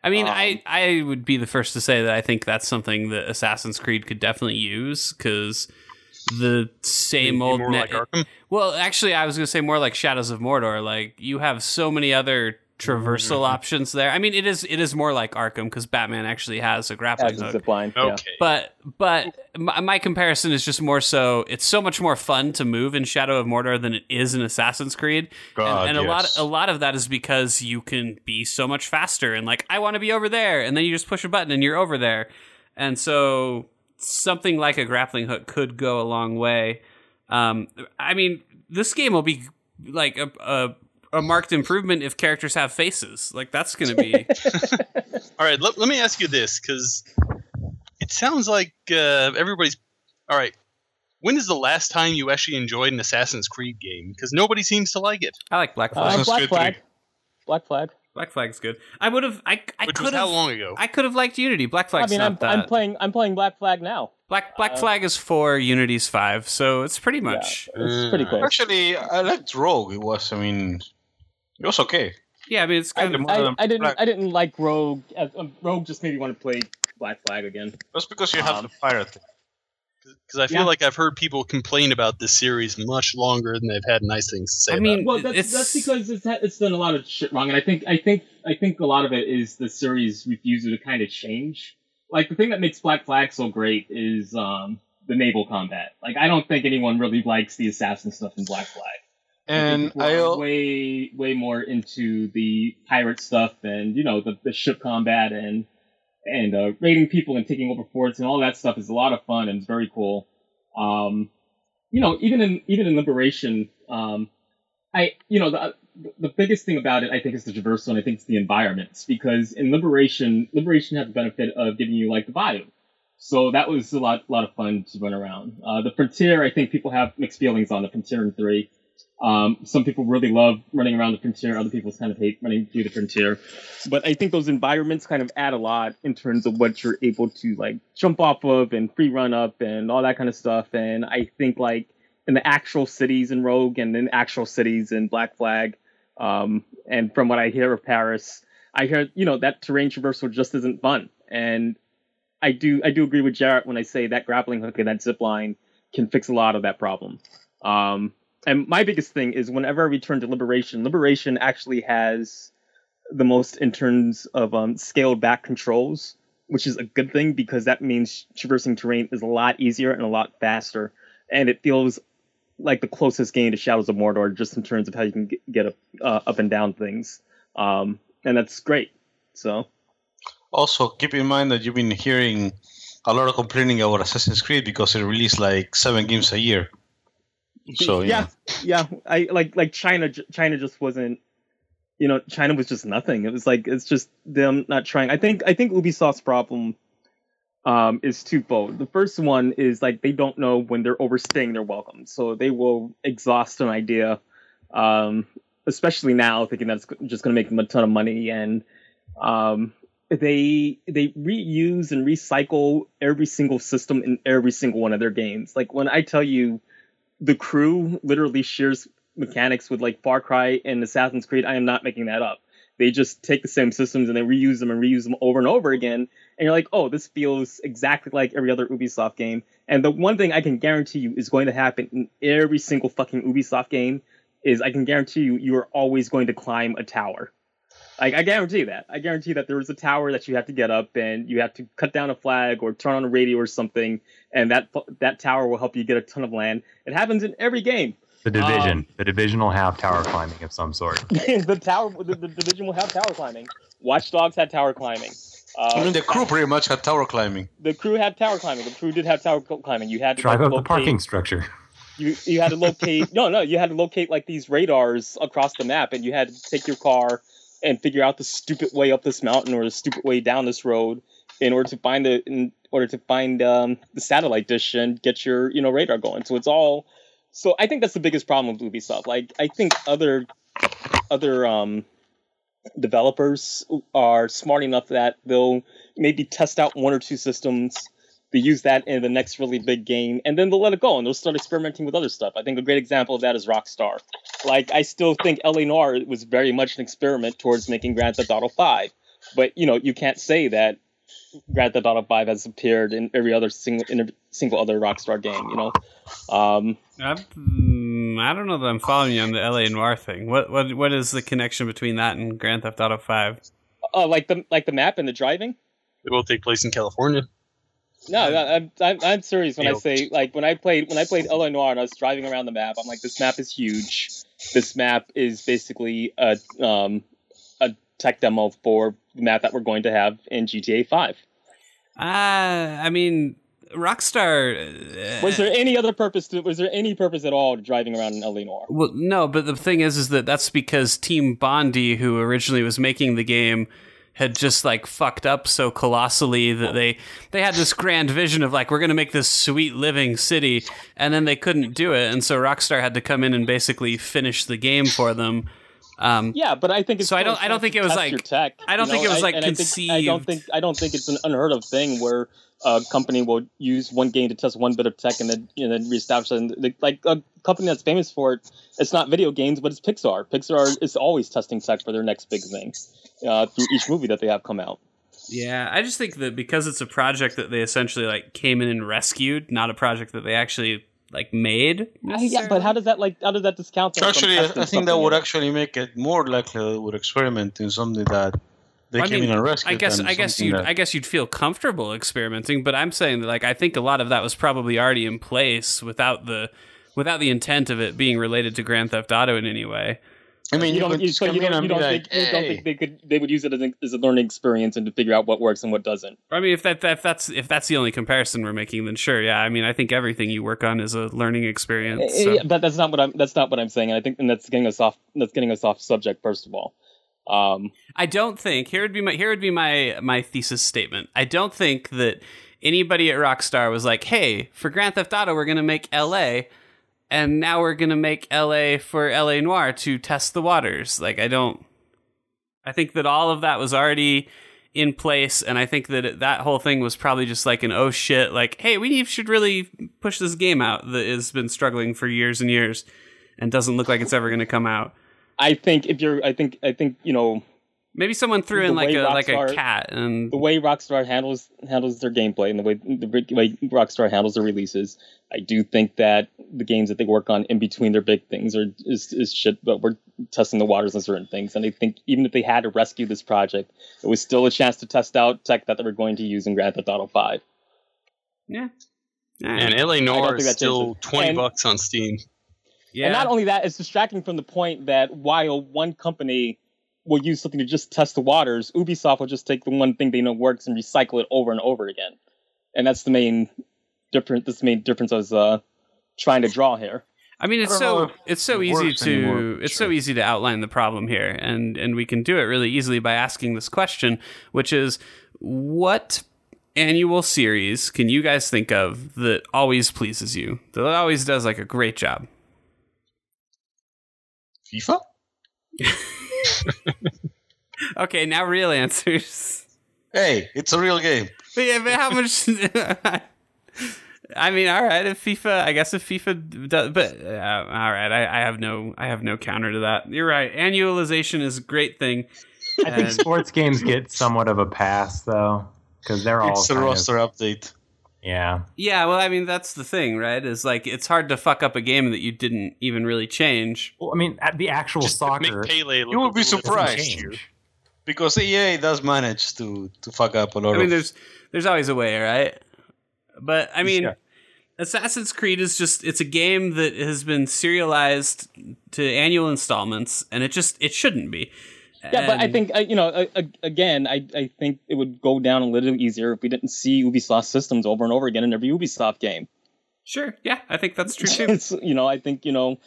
Speaker 1: I mean,
Speaker 5: Um,
Speaker 1: I I would be the first to say that I think that's something that Assassin's Creed could definitely use because the same
Speaker 6: Be
Speaker 1: old
Speaker 6: more
Speaker 1: ne-
Speaker 6: like Arkham.
Speaker 1: well, actually, I was gonna say more like Shadows of Mordor. Like you have so many other traversal options there. I mean, it is it is more like Arkham because Batman actually has a grappling
Speaker 5: As a
Speaker 1: hook.
Speaker 5: zipline. Yeah.
Speaker 6: Okay.
Speaker 1: But but my, my comparison is just more so. It's so much more fun to move in Shadow of Mordor than it is in Assassin's Creed,
Speaker 3: God,
Speaker 1: and, and a lot
Speaker 3: yes.
Speaker 1: a lot of that is because you can be so much faster and like I want to be over there, and then you just push a button and you're over there, and so something like a grappling hook could go a long way. Um, I mean, this game will be like a. a a marked improvement if characters have faces. Like that's going to be
Speaker 6: All right, let, let me ask you this because it sounds like uh, everybody's. All right, When is the last time you actually enjoyed an Assassin's Creed game? Because nobody seems to like it.
Speaker 1: I like Black Flag.
Speaker 6: Well,
Speaker 4: Uh,
Speaker 6: that's
Speaker 4: Black
Speaker 6: good
Speaker 4: Flag. Black Flag.
Speaker 1: Black Flag's good. I would have. I I
Speaker 6: Which
Speaker 1: could
Speaker 6: was how
Speaker 1: have.
Speaker 6: long ago?
Speaker 1: I could have liked Unity. Black
Speaker 4: I
Speaker 1: Flag's
Speaker 4: mean,
Speaker 1: not
Speaker 4: I'm,
Speaker 1: that.
Speaker 4: I'm playing. I'm playing Black Flag now.
Speaker 1: Black Black
Speaker 4: uh,
Speaker 1: Flag is four. Unity's five. So it's pretty much.
Speaker 4: It's pretty close.
Speaker 3: Actually, I liked Rogue. It was, I mean, it was okay.
Speaker 1: Yeah, I mean it's
Speaker 3: I
Speaker 1: kind of.
Speaker 3: demo-
Speaker 4: I, I didn't.
Speaker 3: Black-
Speaker 4: I didn't like Rogue.
Speaker 5: Uh, um, Rogue just made me want to play Black Flag again.
Speaker 3: That's because you have
Speaker 5: Um,
Speaker 3: the pirate. thing.
Speaker 6: Because I feel
Speaker 5: Yeah.
Speaker 6: like I've heard people complain about this series much longer than they've had nice things to say.
Speaker 1: I
Speaker 6: about
Speaker 1: mean,
Speaker 5: Well, that's,
Speaker 1: it's
Speaker 5: that's because it's, had- it's done a lot of shit wrong, and I think I think I think a lot of it is the series refuses to kind of change. Like the thing that makes Black Flag so great is um, the naval combat. Like I don't think anyone really likes the assassin stuff in Black Flag. I
Speaker 3: And
Speaker 5: think people
Speaker 3: I
Speaker 5: are
Speaker 3: al-
Speaker 5: way way more into the pirate stuff and you know the, the ship combat and and uh, raiding people and taking over forts and all that stuff is a lot of fun and it's very cool. Um, you know, even in even in Liberation, um, I you know the uh, the biggest thing about it I think is the traversal and I think it's the environments because in Liberation, Liberation had the benefit of giving you like the biome. So that was a lot, lot of fun to run around. Uh, the Frontier, I think people have mixed feelings on the Frontier in three. Um, some people really love running around the frontier. Other people kind of hate running through the frontier. But I think those environments kind of add a lot in terms of what you're able to like jump off of and free run up and all that kind of stuff. And I think like in the actual cities in Rogue and in actual cities in Black Flag, um, and from what I hear of Paris, I hear you know that terrain traversal just isn't fun. And I do I do agree with Jarrett when I say that grappling hook and that zip line can fix a lot of that problem. Um, and my biggest thing is whenever I return to Liberation, Liberation actually has the most in terms of um, scaled back controls, which is a good thing because that means traversing terrain is a lot easier and a lot faster, and it feels like the closest game to Shadows of Mordor just in terms of how you can get, get up, uh, up and down things, um, and that's great. So
Speaker 3: also keep in mind that you've been hearing a lot of complaining about Assassin's Creed because it released like seven games a year. So yeah,
Speaker 5: yeah, I like like China. j- China just wasn't, you know, China was just nothing. It was like it's just them not trying. I think I think Ubisoft's problem um, is twofold. The first one is like they don't know when they're overstaying their welcome, so they will exhaust an idea, um, especially now thinking that it's just going to make them a ton of money and. Um, they they reuse and recycle every single system in every single one of their games. Like when I tell you the crew literally shares mechanics with like Far Cry and Assassin's Creed. I am not making that up. They just take the same systems and they reuse them and reuse them over and over again. And you're like, oh, this feels exactly like every other Ubisoft game. And the one thing I can guarantee you is going to happen in every single fucking Ubisoft game is I can guarantee you, you are always going to climb a tower. Like, I guarantee that. I guarantee that there is a tower that you have to get up and you have to cut down a flag or turn on a radio or something. And that, that tower will help you get a ton of land. It happens in every game.
Speaker 2: The division.
Speaker 6: uh,
Speaker 2: the divisional half tower climbing of some sort.
Speaker 5: the tower, the, the division will have tower climbing. Watch Dogs had tower climbing.
Speaker 3: I mean
Speaker 5: Uh,
Speaker 3: the crew pretty much had tower climbing.
Speaker 5: the crew had tower climbing. The crew did have tower cl- climbing. You had to
Speaker 2: Drive
Speaker 5: like,
Speaker 2: up the
Speaker 5: locate-
Speaker 2: parking structure.
Speaker 5: You you had to locate. no, no, you had to locate like these radars across the map, and you had to take your car and figure out the stupid way up this mountain or the stupid way down this road in order to find the in order to find um, the satellite dish and get your you know radar going. So it's all. So I think that's the biggest problem with Ubisoft. Like I think other other um, developers are smart enough that they'll maybe test out one or two systems. They use that in the next really big game, and then they'll let it go and they'll start experimenting with other stuff. I think a great example of that is Rockstar. Like I still think L.A. Noir was very much an experiment towards making Grand Theft Auto Five, but you know you can't say that Grand Theft Auto Five has appeared in every other single in every single other Rockstar game. You know, um,
Speaker 1: I'm, mm, I don't know that I'm following you on the LA Noir thing. What what what is the connection between that and Grand Theft Auto Five?
Speaker 5: oh, like the like the map and the driving.
Speaker 6: They both take place in California.
Speaker 5: No, no I'm, I'm, I'm serious when I
Speaker 6: Yo.
Speaker 5: say like when I played when I played Illinois and I was driving around the map. I'm like, this map is huge. This map is basically a um a tech demo for the map that we're going to have in GTA 5.
Speaker 1: Uh, I mean, Rockstar. uh,
Speaker 5: Was there any other purpose? To, was there any purpose at all to driving around in Illinois?
Speaker 1: Well, no, but the thing is, is that that's because Team Bondi, who originally was making the game, had just like fucked up so colossally that they they had this grand vision of like we're going to make this sweet living city and then they couldn't do it and so Rockstar had to come in and basically finish the game for them. Um,
Speaker 5: Yeah, but I think it's
Speaker 1: So I
Speaker 5: still a
Speaker 1: don't- I
Speaker 5: chance
Speaker 1: don't think
Speaker 5: to
Speaker 1: it was
Speaker 5: test
Speaker 1: like-
Speaker 5: your tech,
Speaker 1: I don't
Speaker 5: you
Speaker 1: think
Speaker 5: know?
Speaker 1: it was,
Speaker 5: I-
Speaker 1: like,
Speaker 5: and I think- I don't
Speaker 1: conceived-
Speaker 5: think I don't think it's an unheard of thing where a company will use one game to test one bit of tech and then you know, then reestablish it. And the- like a company that's famous for it, it's not video games, but it's Pixar. Pixar is always testing tech for their next big thing uh, through each movie that they have come out.
Speaker 1: Yeah, I just think that because it's a project that they essentially like came in and rescued, not a project that they actually like made.
Speaker 5: Yeah, but how does that like how does that discount? them from
Speaker 3: Actually, I,
Speaker 5: testing
Speaker 3: I think that
Speaker 5: something
Speaker 3: would
Speaker 5: else?
Speaker 3: actually make it more likely they would experiment in something that they
Speaker 1: I
Speaker 3: came
Speaker 1: mean,
Speaker 3: in and rescued.
Speaker 1: I guess
Speaker 3: than
Speaker 1: I guess
Speaker 3: something
Speaker 1: you
Speaker 3: that-
Speaker 1: I guess you'd feel comfortable experimenting, but I'm saying that like I think a lot of that was probably already in place without the without the intent of it being related to Grand Theft Auto in any way.
Speaker 3: I mean,
Speaker 5: you
Speaker 3: you,
Speaker 5: don't,
Speaker 3: could
Speaker 5: you,
Speaker 3: just
Speaker 5: so
Speaker 3: come
Speaker 5: you
Speaker 3: in
Speaker 5: don't,
Speaker 3: and
Speaker 5: you
Speaker 3: be
Speaker 5: don't
Speaker 3: like,
Speaker 5: think, you don't
Speaker 3: "Hey."
Speaker 5: think they could they would use it as a, as a learning experience and to figure out what works and what doesn't.
Speaker 1: I mean, if that, that that's if that's the only comparison we're making, then sure, yeah. I mean, I think everything you work on is a learning experience. so-
Speaker 5: Uh, Yeah, but that's not what I'm. That's not what I'm saying. And I think, and that's getting us off. That's getting us off subject. First of all, um,
Speaker 1: I don't think here would be my here would be my my thesis statement. I don't think that anybody at Rockstar was like, "Hey, for Grand Theft Auto, we're going to make L.A. and now we're going to make L.A. for L.A. Noir to test the waters." Like, I don't. I think that all of that was already in place, and I think that that whole thing was probably just like an oh shit, like, "Hey, we need- should really push this game out that has been struggling for years and years, and doesn't look like it's ever going to come out."
Speaker 5: I think if you're, I think, I think you know
Speaker 1: Maybe someone threw
Speaker 5: The
Speaker 1: in like
Speaker 5: way
Speaker 1: a like a
Speaker 5: Rockstar-
Speaker 1: cat and
Speaker 5: the way Rockstar handles handles their gameplay and the way the way Rockstar handles their releases. I do think that the games that they work on in between their big things are is, is shit. But we're testing the waters on certain things, and I think even if they had to rescue this project, it was still a chance to test out tech that they were going to use in Grand Theft Auto Five.
Speaker 6: And LA
Speaker 5: I don't
Speaker 6: Noir
Speaker 5: think
Speaker 6: is
Speaker 5: that
Speaker 6: still twenty
Speaker 5: And-
Speaker 6: bucks on Steam.
Speaker 1: yeah.
Speaker 5: And not only that, it's distracting from the point that while one company will use something to just test the waters, Ubisoft will just take the one thing they know works and recycle it over and over again. And that's the main difference. This main difference I was uh, trying to draw here.
Speaker 1: I mean, it's
Speaker 3: I don't know
Speaker 1: so
Speaker 3: if
Speaker 1: it's so
Speaker 3: it
Speaker 1: easy
Speaker 3: works
Speaker 1: to
Speaker 3: anymore, but
Speaker 1: it's so
Speaker 3: sure.
Speaker 1: easy to outline the problem here, and and we can do it really easily by asking this question, which is what annual series can you guys think of that always pleases you that always does like a great job?
Speaker 3: FIFA?
Speaker 1: Okay, now real answers.
Speaker 3: Hey, it's a real game.
Speaker 1: But yeah, but how much? I mean, all right. If FIFA, I guess if FIFA does, but uh, all right. I, I have no, I have no counter to that. You're right. Annualization is a great thing.
Speaker 2: I think
Speaker 1: And-
Speaker 2: sports games get somewhat of a pass though, because they're all
Speaker 3: It's a
Speaker 2: kind of-
Speaker 3: roster update.
Speaker 2: yeah,
Speaker 1: Yeah, well, I mean, that's the thing, right? Is like it's hard to fuck up a game that you didn't even really change.
Speaker 2: well, I mean at the actual
Speaker 6: Just to
Speaker 2: soccer.
Speaker 6: make Pele look
Speaker 3: You
Speaker 6: a
Speaker 3: would be
Speaker 6: little bit
Speaker 2: doesn't
Speaker 3: surprised.
Speaker 6: easier.
Speaker 2: change.
Speaker 3: Because EA does manage to, to fuck up a lot
Speaker 1: I mean,
Speaker 3: of
Speaker 1: there's there's always a way, right? But I mean,
Speaker 2: Yeah.
Speaker 1: Assassin's Creed is just it's a game that has been serialized to annual installments, and it just it shouldn't be.
Speaker 5: Yeah, but I
Speaker 1: And-
Speaker 5: think I- you know. a- a- Again, I, I think it would go down a little easier if we didn't see Ubisoft systems over and over again in every Ubisoft game.
Speaker 1: sure, yeah, I think that's true too.
Speaker 5: it's you know, I think you know,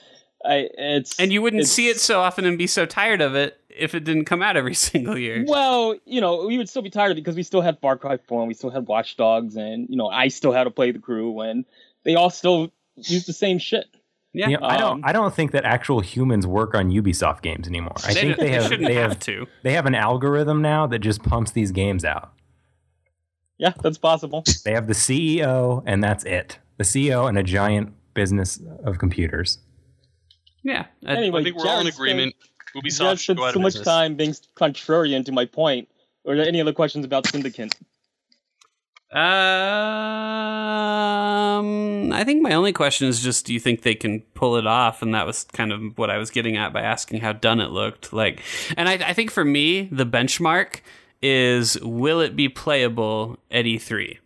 Speaker 5: I it's
Speaker 1: and you wouldn't
Speaker 5: it's-
Speaker 1: see it so often and be so tired of it if it didn't come out every single year.
Speaker 5: Well, you know, we would still be tired of it because we still had Far Cry 4 and we still had Watch Dogs and, you know, I still had to play the crew and they all still use the same shit.
Speaker 1: Yeah,
Speaker 2: You know, I
Speaker 5: um,
Speaker 2: don't. I don't think that actual humans work on Ubisoft games anymore. I think they have.
Speaker 1: shouldn't
Speaker 2: They
Speaker 1: have,
Speaker 2: have.
Speaker 1: to.
Speaker 2: They have an algorithm now that just pumps these games out.
Speaker 5: Yeah, that's possible.
Speaker 2: They have the CEO, and that's it. The CEO and a giant business of computers.
Speaker 1: Yeah, I-
Speaker 5: Anyway,
Speaker 6: I think we're all in
Speaker 5: Jared
Speaker 6: agreement.
Speaker 5: Spent, Jared
Speaker 6: Ubisoft should
Speaker 5: spent
Speaker 6: go out
Speaker 5: so
Speaker 6: of
Speaker 5: much
Speaker 6: business.
Speaker 5: time being contrarian to my point. Are there any other questions about Syndicate?
Speaker 1: Um, I think my only question is just, do you think they can pull it off? And that was kind of what I was getting at by asking how done it looked. Like, and I, I think for me, the benchmark is, will it be playable at E E3?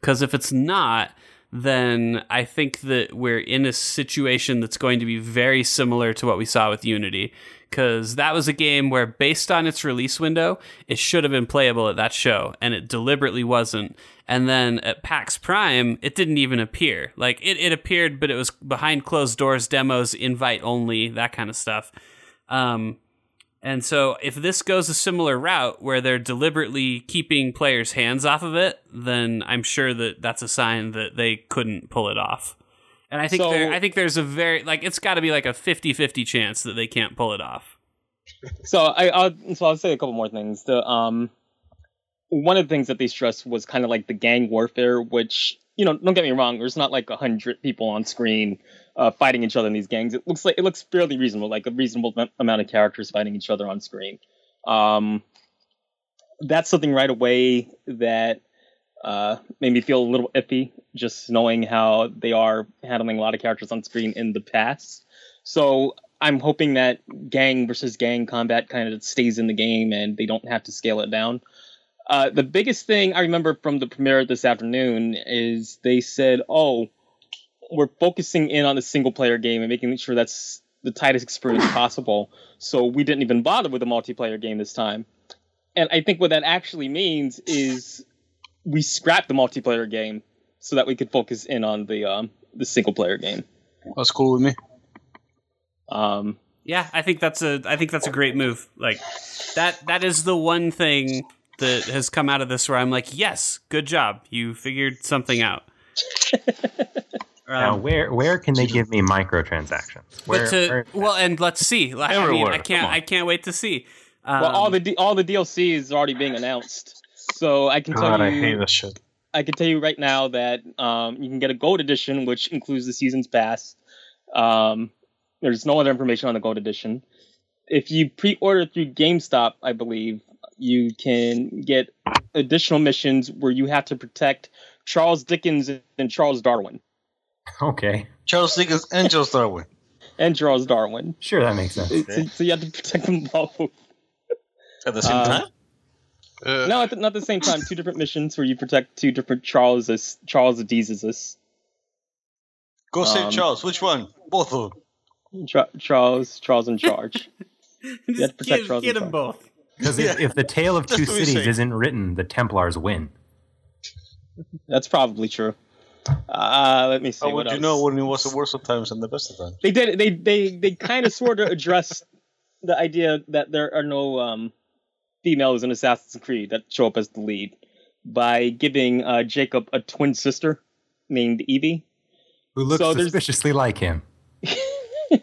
Speaker 1: Because if it's not, then I think that we're in a situation that's going to be very similar to what we saw with Unity. Because that was a game where, based on its release window, it should have been playable at that show, and it deliberately wasn't. And then at PAX Prime, it didn't even appear. Like, it, it appeared, but it was behind closed doors, demos, invite only, that kind of stuff. Um, And so, if this goes a similar route where they're deliberately keeping players' hands off of it, then I'm sure that that's a sign that they couldn't pull it off. And I think
Speaker 5: So-
Speaker 1: there, I think there's a very like it's got to be like a 50-50 chance that they can't pull it off.
Speaker 5: so I I'll, so I'll say a couple more things. The um, one of the things that they stressed was kind of like the gang warfare, which you know, don't get me wrong, there's not like a hundred people on screen uh, fighting each other in these gangs. It looks like it looks fairly reasonable, like a reasonable am- amount of characters fighting each other on screen. Um, that's something right away that uh, made me feel a little iffy, just knowing how they are handling a lot of characters on screen in the past. So I'm hoping that gang versus gang combat kind of stays in the game and they don't have to scale it down. Uh, the biggest thing I remember from the premiere this afternoon is they said, "Oh, we're focusing in on the single player game and making sure that's the tightest experience possible." So we didn't even bother with the multiplayer game this time. And I think what that actually means is we scrapped the multiplayer game so that we could focus in on the um, the single player game.
Speaker 3: That's cool with me.
Speaker 5: Um,
Speaker 1: Yeah, I think that's a I think that's a great move. Like that that is the one thing that has come out of this where I'm like, yes, good job, you figured something out.
Speaker 2: now,
Speaker 1: Um,
Speaker 2: where where can they give me microtransactions? Where,
Speaker 1: but to,
Speaker 2: where-
Speaker 1: well, and let's see. Like, I mean,
Speaker 3: Everywhere,
Speaker 1: I
Speaker 3: come
Speaker 1: can't.
Speaker 3: on.
Speaker 1: I can't wait to see. Um,
Speaker 5: well, all the D- all the DLC is already being announced, so I can
Speaker 3: God,
Speaker 5: tell
Speaker 3: I
Speaker 5: you
Speaker 3: hate that shit.
Speaker 5: I can tell you right now that um, you can get a gold edition, which includes the season's pass. Um, there's no other information on the gold edition. If you pre-order through GameStop, I believe you can get additional missions where you have to protect Charles Dickens and Charles Darwin
Speaker 2: okay,
Speaker 3: Charles Dickens and Charles Darwin.
Speaker 5: and Charles Darwin.
Speaker 2: sure that makes sense.
Speaker 5: So, so you have to protect them both.
Speaker 3: At the same
Speaker 5: Uh,
Speaker 3: time?
Speaker 6: Uh,
Speaker 5: No, at the, not the same time. Two different missions where you protect two different Charleses, Charles Deeses,
Speaker 3: Go save
Speaker 5: um,
Speaker 3: Charles. Which one? Both of them.
Speaker 5: Tra- Charles, Charles in charge.
Speaker 1: just
Speaker 5: have to protect
Speaker 1: give-
Speaker 5: Charles
Speaker 1: get
Speaker 5: and
Speaker 1: them both.
Speaker 2: Because if,
Speaker 3: Yeah.
Speaker 2: if the tale of
Speaker 3: Just
Speaker 2: two
Speaker 3: to be
Speaker 2: cities
Speaker 3: safe.
Speaker 2: isn't written, the Templars win.
Speaker 5: That's probably true. Uh, let me see.
Speaker 3: How
Speaker 5: what
Speaker 3: Oh, would you
Speaker 5: else?
Speaker 3: know when it was the worst of times and the best of times?
Speaker 5: they did. They they they kind of sort of addressed the idea that there are no um, females in Assassin's Creed that show up as the lead by giving uh, Jacob a twin sister named Evie.
Speaker 2: Who looks
Speaker 5: So there's-
Speaker 2: suspiciously like him,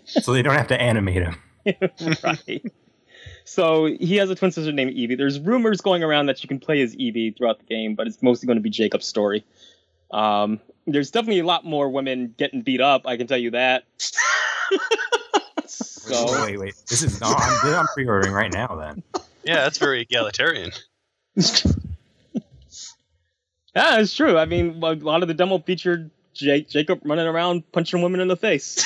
Speaker 2: so they don't have to animate him.
Speaker 5: right. So he has a twin sister named Evie. There's rumors going around that you can play as Evie throughout the game, but it's mostly going to be Jacob's story. Um, there's definitely a lot more women getting beat up. I can tell you that. so
Speaker 2: wait, wait, this is no, I'm, I'm pre-ordering right now. Then
Speaker 6: yeah, that's very egalitarian.
Speaker 5: yeah, it's true. I mean, a lot of the demo featured Ja- Jacob running around punching women in the face.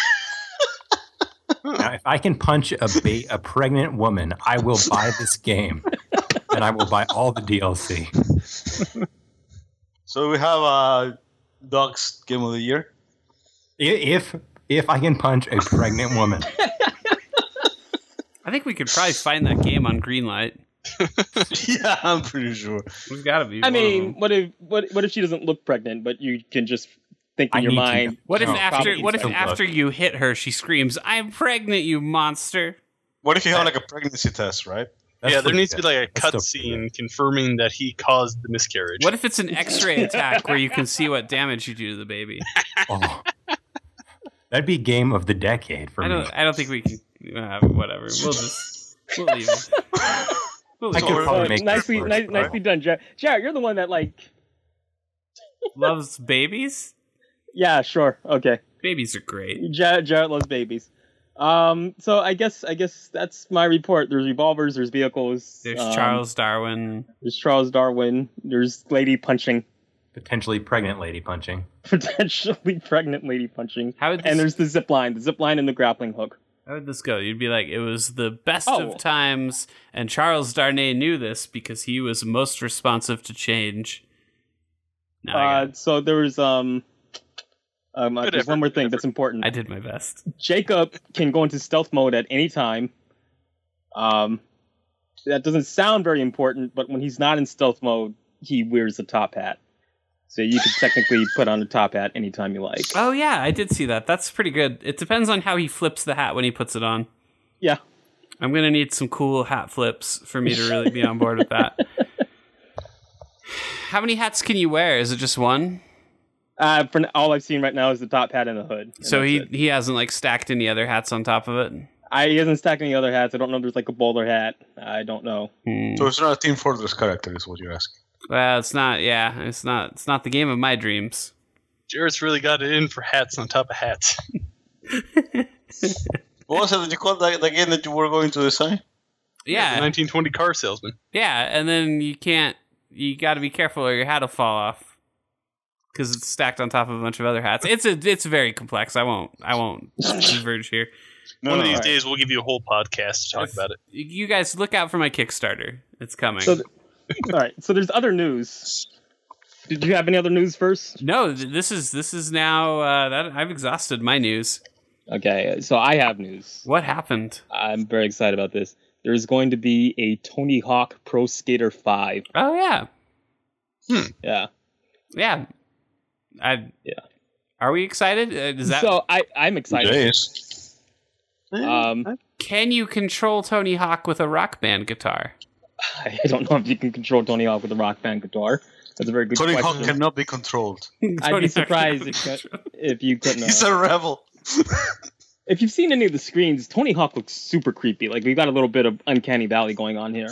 Speaker 2: Now, if I can punch a ba- a pregnant woman, I will buy this game, and I will buy all the DLC.
Speaker 3: So we have uh, Dog's Game of the Year.
Speaker 2: I- If if I can punch a pregnant woman,
Speaker 1: I think we could probably find that game on Greenlight.
Speaker 3: yeah, I'm pretty sure.
Speaker 1: We've got to be.
Speaker 5: I
Speaker 1: one of
Speaker 5: mean,
Speaker 1: them.
Speaker 5: what if what what if she doesn't look pregnant, but you can just think in
Speaker 2: I
Speaker 5: your
Speaker 2: need to
Speaker 5: mind,
Speaker 2: know.
Speaker 1: what if
Speaker 2: No,
Speaker 1: after
Speaker 5: probably
Speaker 1: what if
Speaker 2: so.
Speaker 1: after you hit her, she screams, "I'm pregnant, you monster!"
Speaker 3: What if you have like a pregnancy test, right?
Speaker 2: That's
Speaker 6: yeah, there
Speaker 2: pretty
Speaker 6: needs to
Speaker 2: good.
Speaker 6: be like a
Speaker 2: That's still pretty
Speaker 6: cutscene confirming that he caused the miscarriage.
Speaker 1: What if it's an X-ray attack where you can see what damage you do to the baby?
Speaker 2: Oh. That'd be game of the decade for
Speaker 1: I
Speaker 2: me.
Speaker 1: don't. I don't think we can. Uh, whatever. We'll just. We'll leave. it. We'll
Speaker 2: I
Speaker 1: leave.
Speaker 2: could
Speaker 1: it.
Speaker 2: probably
Speaker 5: Oh,
Speaker 2: make
Speaker 5: nicely,
Speaker 2: this work,
Speaker 5: nice,
Speaker 2: but-
Speaker 5: nicely done, Jared. Jared, you're the one that like.
Speaker 1: Loves babies.
Speaker 5: Yeah, sure. Okay,
Speaker 1: Babies are great.
Speaker 5: Jared, Jared loves babies. Um, so I guess I guess that's my report. There's revolvers. There's vehicles.
Speaker 1: There's
Speaker 5: um,
Speaker 1: Charles Darwin.
Speaker 5: There's Charles Darwin. There's lady punching,
Speaker 2: Potentially pregnant lady punching.
Speaker 5: potentially pregnant lady punching,
Speaker 1: How would this
Speaker 5: and there's the zip line, the zip line, and the grappling hook.
Speaker 1: How would this go? You'd be like, it was the best
Speaker 5: Oh.
Speaker 1: of times, and Charles Darnay knew this because he was most responsive to change. No, I, got
Speaker 5: Uh, so there was um, um, uh,
Speaker 6: Good
Speaker 5: there's
Speaker 6: effort,
Speaker 5: one more
Speaker 6: good
Speaker 5: thing that's important.
Speaker 1: it. I did my best.
Speaker 5: Jacob can go into stealth mode at any time. Um, that doesn't sound very important, but when he's not in stealth mode, he wears a top hat. So you can technically put on a top hat anytime you like.
Speaker 1: Oh yeah, I did see that. That's pretty good. It depends on how he flips the hat when he puts it on.
Speaker 5: Yeah.
Speaker 1: I'm gonna need some cool hat flips for me to really be on board with that. How many hats can you wear? Is it just one?
Speaker 5: Uh, for n- all I've seen right now is the top hat and the hood. and
Speaker 1: so
Speaker 5: that's
Speaker 1: he
Speaker 5: it.
Speaker 1: he hasn't like stacked any other hats on top of it.
Speaker 5: I, he hasn't stacked any other hats. I don't know if there's like a bowler hat. I don't know.
Speaker 1: Hmm.
Speaker 3: So it's not a Team Fortress character, is what you're asking.
Speaker 1: Well, it's not. Yeah, it's not. It's not the game of my dreams.
Speaker 6: Jared's really got it in for hats on top of hats.
Speaker 3: What was it that you called the, the game that you were going to design?
Speaker 6: The
Speaker 1: Yeah,
Speaker 6: 1920 car salesman.
Speaker 1: yeah, and then you can't. You got to be careful, or your hat will fall off because it's stacked on top of a bunch of other hats. It's a. It's very complex. I won't. I won't diverge here.
Speaker 3: No,
Speaker 6: One
Speaker 3: no,
Speaker 6: of these
Speaker 3: I-
Speaker 6: days, we'll give you a whole podcast to talk
Speaker 1: If-
Speaker 6: about it.
Speaker 1: You you guys look out for my Kickstarter. It's coming.
Speaker 5: So, th- all right. So there's other news. Did you have any other news first?
Speaker 1: no, th- this is this is now. Uh, that I've exhausted my news.
Speaker 5: Okay. So I have news.
Speaker 1: What happened?
Speaker 5: I'm very excited about this. There's going to be a Tony Hawk Pro Skater 5.
Speaker 1: Oh yeah,
Speaker 5: Yeah.
Speaker 1: yeah. I
Speaker 5: Yeah.
Speaker 1: Are we excited? Uh, is that
Speaker 5: so I, I'm excited.
Speaker 3: Jays.
Speaker 5: Um,
Speaker 1: Can you control Tony Hawk with a rock band guitar?
Speaker 5: I don't know if you can control Tony Hawk with a rock band guitar. That's a very good
Speaker 3: Tony Hawk
Speaker 5: question.
Speaker 3: cannot be controlled.
Speaker 5: I'd
Speaker 1: Tony
Speaker 5: be
Speaker 1: Hawk
Speaker 5: surprised
Speaker 1: cannot
Speaker 5: if, uh,
Speaker 1: be
Speaker 5: you- if you couldn't.
Speaker 3: He's
Speaker 5: uh,
Speaker 3: a rebel.
Speaker 5: if you've seen any of the screens, Tony Hawk looks super creepy. Like we've got a little bit of uncanny valley going on here.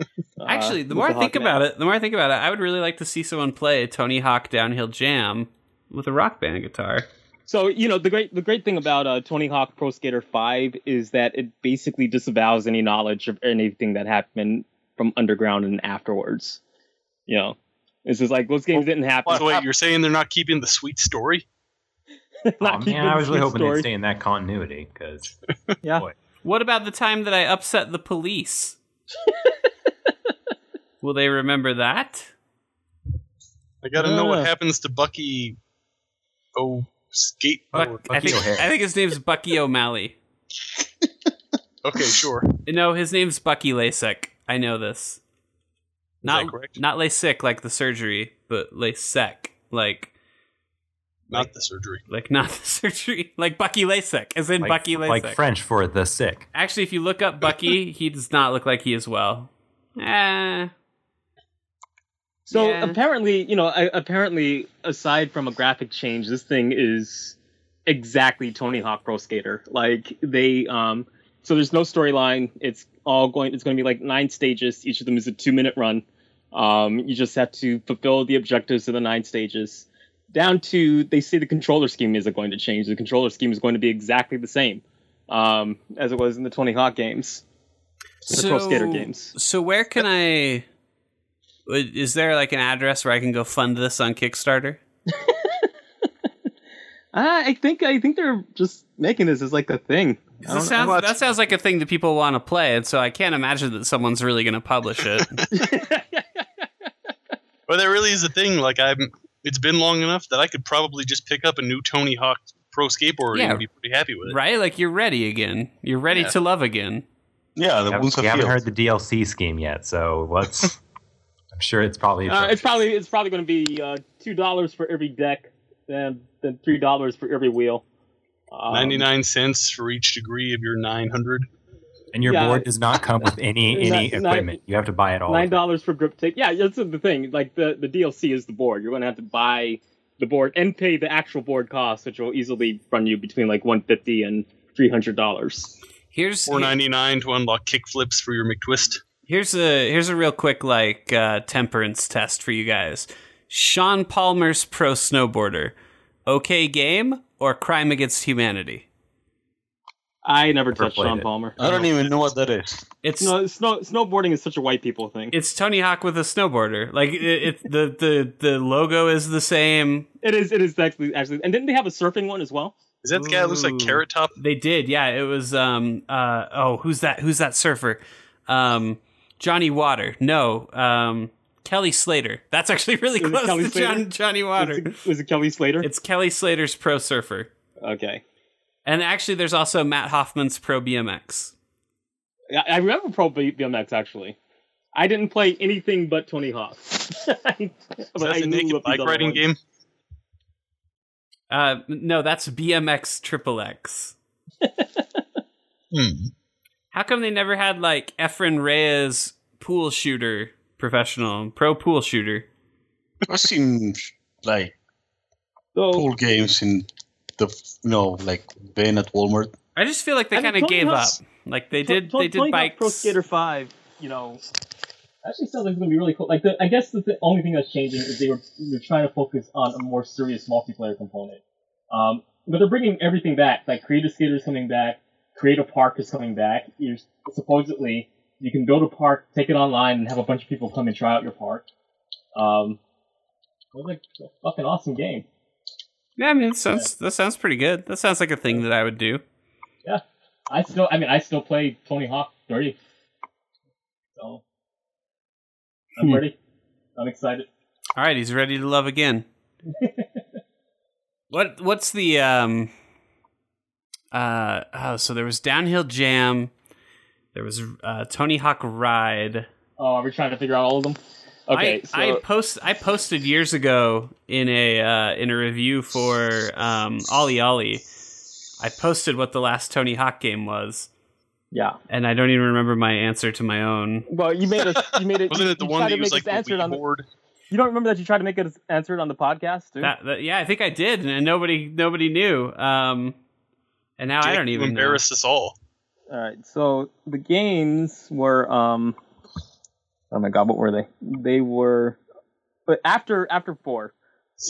Speaker 5: Uh,
Speaker 1: Actually, the
Speaker 5: with
Speaker 1: more I think
Speaker 5: Hawkman.
Speaker 1: about it, the more I think about it, I would really like to see someone play Tony Hawk Downhill Jam with a rock band guitar.
Speaker 5: So you know the great the great thing about uh, Tony Hawk Pro Skater Five is that it basically disavows any knowledge of anything that happened from underground and afterwards. You know, this is like those games didn't happen.
Speaker 6: So wait, you're saying they're not keeping the sweet story?
Speaker 2: Oh,
Speaker 5: Not keeping
Speaker 2: man, I was really
Speaker 5: the
Speaker 2: hoping
Speaker 5: story.
Speaker 2: they'd stay in that continuity because
Speaker 1: What about the time that I upset the police? Will they remember that?
Speaker 6: I gotta
Speaker 5: No,
Speaker 6: know
Speaker 5: no.
Speaker 6: what happens to Bucky. Oh, skate.
Speaker 1: Buck, I think
Speaker 2: O'Hare.
Speaker 1: I think his name's Bucky O'Malley.
Speaker 6: Okay, sure.
Speaker 1: No, his name's Bucky Lasek. I know this. Not
Speaker 6: that correct?
Speaker 1: not Lasik like the surgery, but Lasek like
Speaker 6: Not the surgery.
Speaker 1: like not the surgery, like Bucky Lasek, as in
Speaker 2: like,
Speaker 1: Bucky Lasek.
Speaker 2: like French for the sick.
Speaker 1: Actually, if you look up Bucky, he does not look like he is well. Eh.
Speaker 5: So
Speaker 1: Yeah.
Speaker 5: apparently, you know, I, apparently, aside from a graphic change, this thing is exactly Tony Hawk Pro Skater. Like they, um, so there's no storyline. It's all going. It's going to be like nine stages. Each of them is a two minute run. Um, you just have to fulfill the objectives of the nine stages. Down to they say the controller scheme isn't going to change. The controller scheme is going to be exactly the same um, as it was in the Tony Hawk games, the Pro Skater games.
Speaker 1: So where can I? Is there like an address where I can go fund this on Kickstarter?
Speaker 5: Uh, I think I think they're just making this as like a thing. I
Speaker 1: That
Speaker 5: don't-
Speaker 1: sounds, that sounds like a thing that people want to play, and so I can't imagine that someone's really going to publish it.
Speaker 6: Well, that really is a thing. Like I'm, it's been long enough that I could probably just pick up a new Tony Hawk Pro Skateboard
Speaker 1: Yeah.
Speaker 6: and be pretty happy with it.
Speaker 1: right? Like you're ready again. You're ready
Speaker 6: Yeah.
Speaker 1: to love again.
Speaker 3: Yeah,
Speaker 2: We
Speaker 3: the wounds
Speaker 2: haven't,
Speaker 3: of
Speaker 2: we haven't
Speaker 3: field.
Speaker 2: heard the DLC scheme yet, so what's? I'm sure it's probably.
Speaker 5: Uh, it's probably it's probably going to be uh, two dollars for every deck, and then three dollars for every wheel. Um,
Speaker 6: Ninety nine cents for each degree of your nine hundred.
Speaker 2: and your
Speaker 5: yeah.
Speaker 2: board does not come with any any
Speaker 5: Not- not-
Speaker 2: equipment. you have to buy it all.
Speaker 5: Nine dollars for grip tape. Yeah, that's the thing. Like the the DLC is the board. You're going to have to buy the board and pay the actual board cost, which will easily run you between like one fifty and three hundred dollars.
Speaker 1: Here's
Speaker 6: Four ninety nine to unlock kick flips for your McTwist.
Speaker 1: Here's a here's a real quick like uh, temperance test for you guys. Sean Palmer's pro snowboarder, okay game or crime against humanity?
Speaker 5: I never
Speaker 2: Never
Speaker 5: touched
Speaker 2: played
Speaker 5: Sean
Speaker 2: it.
Speaker 5: Palmer.
Speaker 3: I don't even know what that is.
Speaker 1: It's
Speaker 5: No, snow, snowboarding is such a white people thing.
Speaker 1: it's Tony Hawk with a snowboarder. Like it, it the the the logo is the same.
Speaker 5: it is. It is actually actually. And didn't they have a surfing one as well?
Speaker 6: Is that the guy that looks like
Speaker 1: Ooh.
Speaker 6: Carrot Top?
Speaker 1: They did, yeah. It was um uh oh who's that who's that surfer? Um Johnny Water. No, um Kelly Slater. That's actually really
Speaker 5: Is it
Speaker 1: close
Speaker 5: Kelly
Speaker 1: to
Speaker 5: Slater?
Speaker 1: John, Johnny
Speaker 5: Was
Speaker 1: Water.
Speaker 5: it, was it Kelly Slater?
Speaker 1: It's Kelly Slater's pro surfer.
Speaker 5: okay.
Speaker 1: And actually, there's also Matt Hoffman's Pro BMX.
Speaker 5: Yeah, I remember Pro B- BMX actually. I didn't play anything but Tony Hawk. but
Speaker 6: Is that
Speaker 5: I
Speaker 6: the naked
Speaker 5: knew of these
Speaker 6: bike
Speaker 5: other
Speaker 6: riding
Speaker 5: ones.
Speaker 6: game?
Speaker 1: Uh, no, that's BMX Triple X.
Speaker 6: Hmm.
Speaker 1: How come they never had like Efren Reyes pool shooter professional pro pool shooter?
Speaker 3: I've seen like
Speaker 4: So
Speaker 3: pool games in the you know like Ben at Walmart.
Speaker 1: I just feel like they
Speaker 7: I mean,
Speaker 1: kind of
Speaker 7: Tony
Speaker 1: gave
Speaker 7: Hawk's-
Speaker 1: up. Like they did, they did bikes.
Speaker 7: Pro Skater Five. You know,
Speaker 5: Actually, sounds like it's gonna be really cool. Like, the, I guess that the only thing that's changing is they were they're trying to focus on a more serious multiplayer component. Um, but they're bringing everything back. Like, Creative Skater is coming back. Creative Park is coming back. You're supposedly you can build a park, take it online, and have a bunch of people come and try out your park. Um, it was like a fucking awesome game.
Speaker 1: Yeah, I mean, it sounds that sounds pretty good. That sounds like a thing that I would do.
Speaker 5: I still, I mean, I still play Tony Hawk 3. So I'm
Speaker 1: Hmm.
Speaker 5: ready. I'm excited.
Speaker 1: All right, he's ready to love again. what what's the um uh oh, so there was downhill jam, there was uh Tony Hawk ride.
Speaker 5: Oh, are we trying to figure out all of them?
Speaker 1: I,
Speaker 5: Okay, so
Speaker 1: I post I posted years ago in a uh, in a review for um Ollie Ollie. I posted what the last Tony Hawk game was,
Speaker 5: yeah.
Speaker 1: and I don't even remember my answer to my own.
Speaker 4: well, you made us. You made it.
Speaker 6: Wasn't it the
Speaker 4: you
Speaker 6: one
Speaker 4: tried
Speaker 6: that
Speaker 4: to
Speaker 6: was
Speaker 4: make
Speaker 6: like
Speaker 4: us answer it
Speaker 6: the
Speaker 4: on the-
Speaker 6: board?
Speaker 4: You don't remember that you tried to make us answer it on the podcast, dude?
Speaker 1: That, that yeah, I think I did, and nobody nobody knew. Um, and now I don't even know.
Speaker 6: embarrass us all.
Speaker 4: All right. So the games were um Oh my god, what were they? They were but after after 4.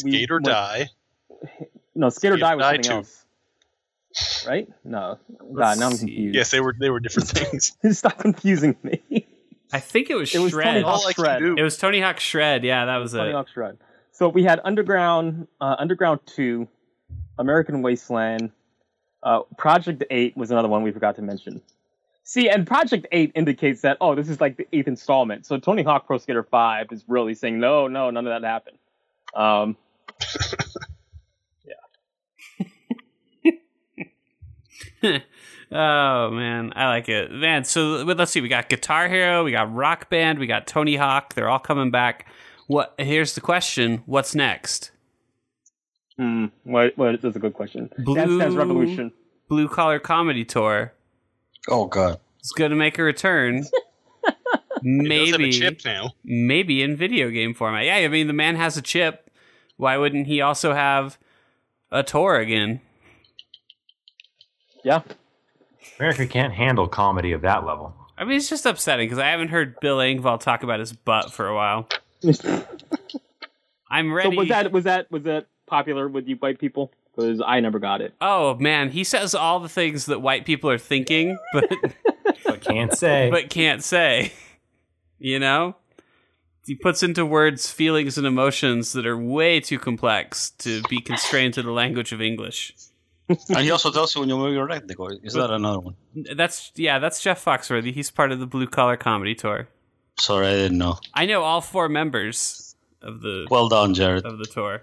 Speaker 4: We
Speaker 6: Skate or
Speaker 4: went-
Speaker 6: die.
Speaker 4: No, Skate or
Speaker 6: Skate
Speaker 4: Die was
Speaker 6: Die
Speaker 4: something
Speaker 6: too.
Speaker 4: else. Right? No. God,
Speaker 1: Let's
Speaker 4: now I'm
Speaker 1: see.
Speaker 4: confused.
Speaker 6: Yes, they were they were different things.
Speaker 4: Stop confusing me.
Speaker 1: I think it was
Speaker 4: It was
Speaker 1: Shred.
Speaker 4: Tony Hawk
Speaker 6: all I can
Speaker 4: Shred.
Speaker 6: do.
Speaker 1: It was Tony Hawk Shred. Yeah, that was
Speaker 4: Tony
Speaker 1: it.
Speaker 4: Hawk's Run. So we had Underground, uh, Underground Two, American Wasteland, uh, Project Eight was another one we forgot to mention. See, and Project Eight indicates that oh, this is like the eighth installment. So Tony Hawk Pro Skater Five is really saying no, no, none of that happened. Um,
Speaker 1: Oh man, I like it, man. So but let's see. We got Guitar Hero. We got Rock Band. We got Tony Hawk. They're all coming back. What? Here's the question. What's next?
Speaker 4: hmm, what, what, that's a good question. Dance
Speaker 1: Blue-
Speaker 4: Dance Revolution.
Speaker 1: Blue Collar Comedy Tour
Speaker 3: Oh God!
Speaker 1: is going to make a return.
Speaker 6: It does have a
Speaker 1: maybe,
Speaker 6: chip now.
Speaker 1: maybe in video game format. Yeah, I mean the man has a chip. Why wouldn't he also have a tour again?
Speaker 2: America can't handle comedy of that level.
Speaker 1: I mean, it's just upsetting because I haven't heard Bill Engvall talk about his butt for a while. I'm
Speaker 4: So
Speaker 1: ready.
Speaker 4: was that was that was that popular with you white people? Because I never got it.
Speaker 1: oh man, he says all the things that white people are thinking, but
Speaker 2: But can't say.
Speaker 1: but can't say. You know, he puts into words feelings and emotions that are way too complex to be constrained to the language of English.
Speaker 3: And he also tells you when you move your leg. They go, Is that another one?
Speaker 1: That's yeah, that's Jeff Foxworthy. He's part of the Blue Collar Comedy Tour.
Speaker 3: Sorry, I didn't know.
Speaker 1: I know all four members of the
Speaker 3: Well done, Jared.
Speaker 1: of the tour.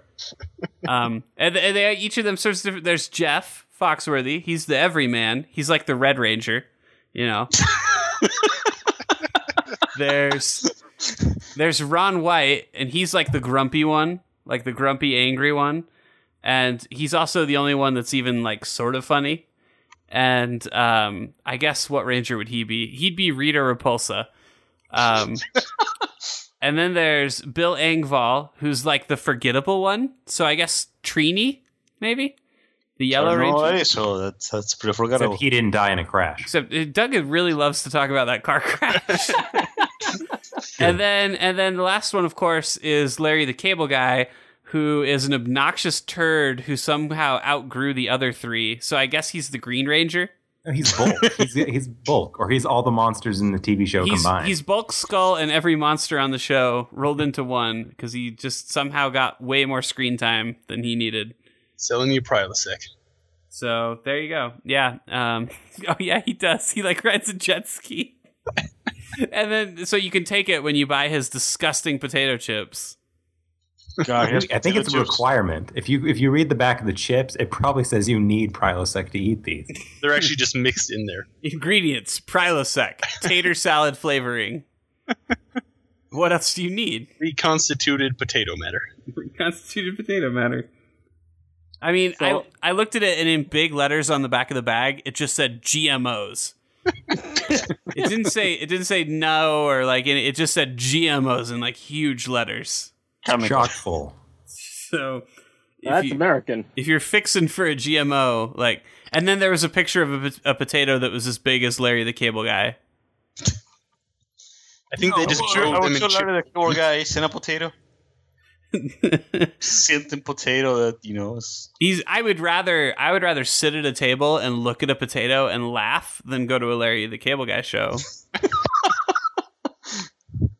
Speaker 1: Um, and they, and they each of them serves different. There's Jeff Foxworthy. He's the everyman. He's like the Red Ranger, you know. there's there's Ron White, and he's like the grumpy one, like the grumpy angry one, and he's also the only one that's even like sort of funny. And um, I guess what ranger would he be? He'd be Rita Repulsa. Um, and then there's Bill Engvall, who's like the forgettable one. So I guess Trini, maybe the Yellow
Speaker 3: Sorry, no
Speaker 1: Ranger.
Speaker 3: way, so that's that's pretty
Speaker 2: Except
Speaker 3: forgettable.
Speaker 2: he didn't die in a crash.
Speaker 1: Except uh, Doug really loves to talk about that car crash. and then and then the last one, of course, is Larry the Cable Guy, who is an obnoxious turd who somehow outgrew the other three. So I guess he's the Green Ranger.
Speaker 2: No, He's bulk. he's, he's bulk, or he's all the monsters in the TV show
Speaker 1: he's,
Speaker 2: combined.
Speaker 1: he's Bulk Skull and every monster on the show rolled into one because he just somehow got way more screen time than he needed.
Speaker 6: Selling you Prilosec.
Speaker 1: So there you go. Yeah. Um, oh yeah, he does. He like rides a jet ski. and then so you can take it when you buy his disgusting potato chips.
Speaker 3: God,
Speaker 2: I
Speaker 3: here's
Speaker 2: think- I think it's a
Speaker 3: potato chips.
Speaker 2: requirement. If you if you read the back of the chips, it probably says you need Prilosec to eat these.
Speaker 6: They're actually just mixed in there.
Speaker 1: Ingredients: Prilosec, tater salad flavoring. what else do you need?
Speaker 6: Reconstituted potato matter.
Speaker 1: Constituted potato matter. I mean, I I looked at it and in big letters on the back of the bag, it just said GMOs. It didn't say it didn't say no or like any- it just said GMOs in like huge letters.
Speaker 2: Chock full.
Speaker 1: So if
Speaker 4: That's
Speaker 1: you-
Speaker 4: American.
Speaker 1: if you're fixing for a GMO, like, and then there was a picture of a, pot- a potato that was as big as Larry the Cable Guy.
Speaker 6: I think they just
Speaker 3: Oh, I
Speaker 6: drove them
Speaker 3: would
Speaker 6: and
Speaker 3: so
Speaker 6: chi-
Speaker 3: love the poor guy in a potato. Sitting potato that you know is
Speaker 1: He's. I would rather. I would rather sit at a table and look at a potato and laugh than go to a Larry the Cable Guy show.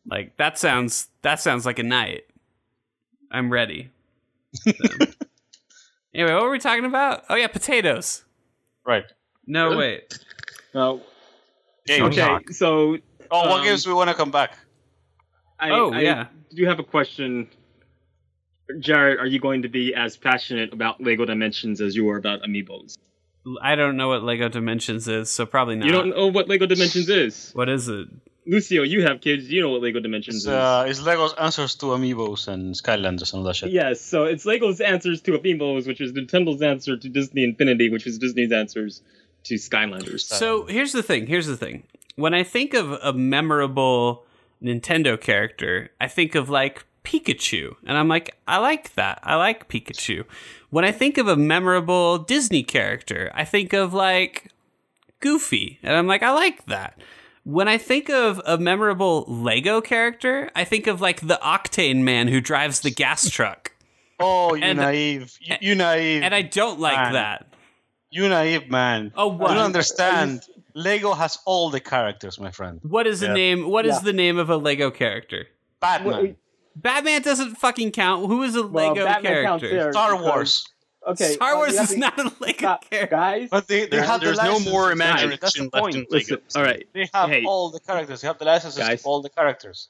Speaker 1: like that sounds. That sounds like a night. I'm ready. So. anyway, what were we talking about? Oh yeah, potatoes.
Speaker 3: right.
Speaker 1: No wait.
Speaker 5: No.
Speaker 3: Games.
Speaker 5: Okay, so
Speaker 3: Oh, what
Speaker 5: Um,
Speaker 3: games we want to come back?
Speaker 5: I,
Speaker 1: Oh
Speaker 5: I
Speaker 1: yeah.
Speaker 5: do have a question. Jared, are you going to be as passionate about Lego Dimensions as you are about Amiibos?
Speaker 1: I don't know what Lego Dimensions is, so probably not.
Speaker 5: You don't know what Lego Dimensions is.
Speaker 1: What is it?
Speaker 5: Lucio, you have kids. You know what Lego Dimensions
Speaker 3: It's,
Speaker 5: is.
Speaker 3: uh, it's Lego's answers to Amiibos and Skylanders and all that shit.
Speaker 5: Yes, so it's Lego's answers to Amiibos, which is Nintendo's answer to Disney Infinity, which is Disney's answers to Skylanders.
Speaker 1: So here's the thing. Here's the thing. When I think of a memorable Nintendo character, I think of like Pikachu, and I'm like, I like that. I like Pikachu. When I think of a memorable Disney character, I think of like Goofy, and I'm like, I like that. When I think of a memorable Lego character, I think of like the Octane Man who drives the gas truck,
Speaker 3: Oh, you
Speaker 1: And-
Speaker 3: naive, you, you naive,
Speaker 1: and I don't like
Speaker 3: Man.
Speaker 1: that.
Speaker 3: you naive man.
Speaker 1: Oh,
Speaker 3: You
Speaker 1: what?
Speaker 3: don't understand. Lego has all the characters, my friend.
Speaker 1: What is the
Speaker 2: Yeah.
Speaker 1: name? What is the name of a Lego character?
Speaker 3: Batman,
Speaker 1: Batman doesn't fucking count. Who is a
Speaker 4: Well,
Speaker 1: Lego
Speaker 4: Batman counts
Speaker 1: character?
Speaker 4: there
Speaker 3: Star
Speaker 4: because-
Speaker 3: Wars.
Speaker 4: Okay,
Speaker 1: Star
Speaker 4: uh,
Speaker 1: Wars
Speaker 4: you have
Speaker 1: is
Speaker 4: to-
Speaker 1: not a Lego
Speaker 4: Stop,
Speaker 1: character.
Speaker 4: guys.
Speaker 3: But they, they
Speaker 5: There-
Speaker 3: have
Speaker 6: there's
Speaker 3: the
Speaker 6: no
Speaker 3: license.
Speaker 6: more
Speaker 3: That's
Speaker 6: imagination
Speaker 3: the
Speaker 6: left
Speaker 3: point.
Speaker 6: in Lego.
Speaker 5: Listen, all right.
Speaker 3: They have
Speaker 5: Hey.
Speaker 3: all the characters. They have the licenses
Speaker 5: Guys.
Speaker 3: to all the characters.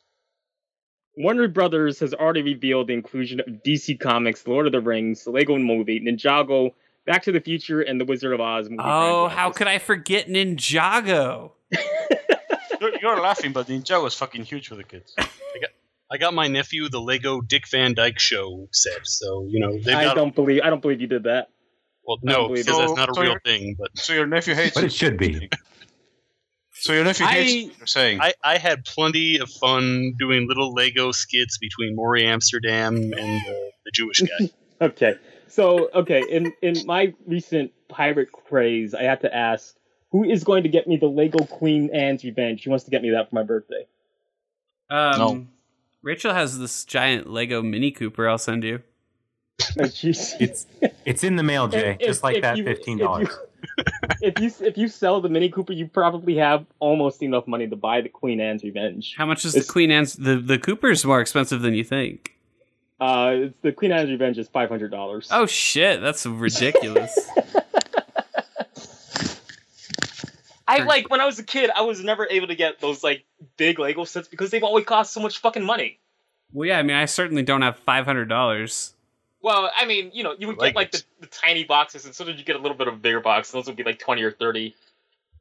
Speaker 5: Warner Brothers has already revealed the inclusion of DC Comics, Lord of the Rings, the Lego movie, Ninjago, Back to the Future, and The Wizard of Oz. Movie
Speaker 1: Oh, how could I forget Ninjago?
Speaker 3: You're, you're laughing, but Ninjago is fucking huge for the kids.
Speaker 6: I got my nephew the Lego Dick Van Dyke Show set, so you know they've
Speaker 5: I
Speaker 6: got.
Speaker 5: don't believe I don't believe you did that.
Speaker 6: Well,
Speaker 5: I
Speaker 6: no,
Speaker 5: don't believe
Speaker 6: because that's
Speaker 3: it.
Speaker 6: not a
Speaker 3: So-
Speaker 6: real thing. But
Speaker 3: So your nephew hates.
Speaker 2: But it should be.
Speaker 3: So your nephew
Speaker 1: I-
Speaker 3: hates. what You're saying.
Speaker 6: I, I had plenty of fun doing little Lego skits between Maury Amsterdam and uh, the Jewish guy.
Speaker 5: Okay. So okay, in in my recent pirate craze, I had to ask who is going to get me the Lego Queen Anne's Revenge? She wants to get me that for my birthday.
Speaker 1: Um,
Speaker 3: No.
Speaker 1: Rachel has this giant Lego Mini Cooper. I'll send you.
Speaker 5: And she's-
Speaker 2: It's it's in the mail, Jay.
Speaker 5: If-
Speaker 2: just like
Speaker 5: if
Speaker 2: that,
Speaker 5: you-
Speaker 2: fifteen dollars.
Speaker 5: If you, if you if you sell the Mini Cooper, you probably have almost enough money to buy the Queen Anne's Revenge.
Speaker 1: How much is
Speaker 5: It's-
Speaker 1: the Queen Anne's? The the Cooper's more expensive than you think.
Speaker 5: Uh, it's, the Queen Anne's Revenge is five hundred dollars.
Speaker 1: Oh shit, that's ridiculous.
Speaker 5: I like when I was a kid, I was never able to get those like big Lego sets because they've always cost so much fucking money.
Speaker 1: well, yeah, I mean, I certainly don't have five hundred dollars.
Speaker 5: Well, I mean, you know, you would
Speaker 6: Legos.
Speaker 5: get like the, the tiny boxes, and so did you get a little bit of a bigger box. and Those would be like twenty or thirty.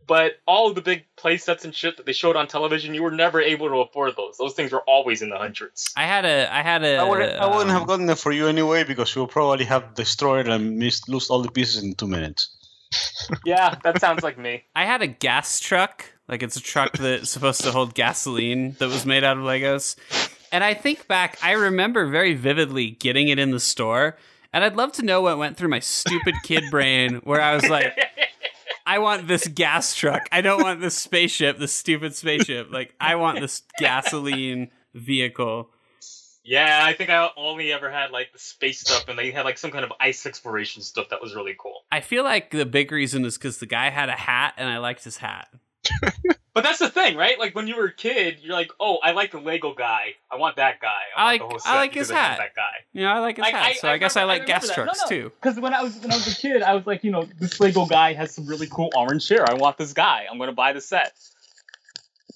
Speaker 5: But all of the big play sets and shit that they showed on television, you were never able to afford those. Those things were always in the hundreds.
Speaker 1: I had a, I had a.
Speaker 3: I, would, I wouldn't
Speaker 1: um,
Speaker 3: have gotten it for you anyway because you'll probably have destroyed and missed, lost all the pieces in two minutes.
Speaker 5: yeah, that sounds like me.
Speaker 1: I had a gas truck, like it's a truck that's supposed to hold gasoline that was made out of Legos. And I think back, I remember very vividly getting it in the store. And I'd love to know what went through my stupid kid brain where I was like, I want this gas truck. I don't want this spaceship, this stupid spaceship. Like, I want this gasoline vehicle.
Speaker 5: Yeah, I think I only ever had like the space stuff, and they had like some kind of ice exploration stuff that was really cool.
Speaker 1: I feel like the big reason is because the guy had a hat and I liked his hat.
Speaker 5: But that's the thing, right? Like when you were a kid, you're like, oh, I like the Lego guy. I want that guy.
Speaker 1: I
Speaker 5: want
Speaker 1: like-
Speaker 5: the whole
Speaker 1: I
Speaker 5: set
Speaker 1: like
Speaker 5: because
Speaker 1: his
Speaker 5: I have
Speaker 1: hat."
Speaker 5: That guy.
Speaker 1: You know, I like his
Speaker 5: I-
Speaker 1: hat,
Speaker 5: I-
Speaker 1: so
Speaker 5: I
Speaker 1: I, guess
Speaker 5: remember-
Speaker 1: I like
Speaker 5: I
Speaker 1: gas
Speaker 5: remember that. No,
Speaker 1: trucks
Speaker 5: no.
Speaker 1: too.
Speaker 5: Because when I was when I was a kid, I was like, you know, this Lego guy has some really cool orange hair. I want this guy. I'm gonna buy the set.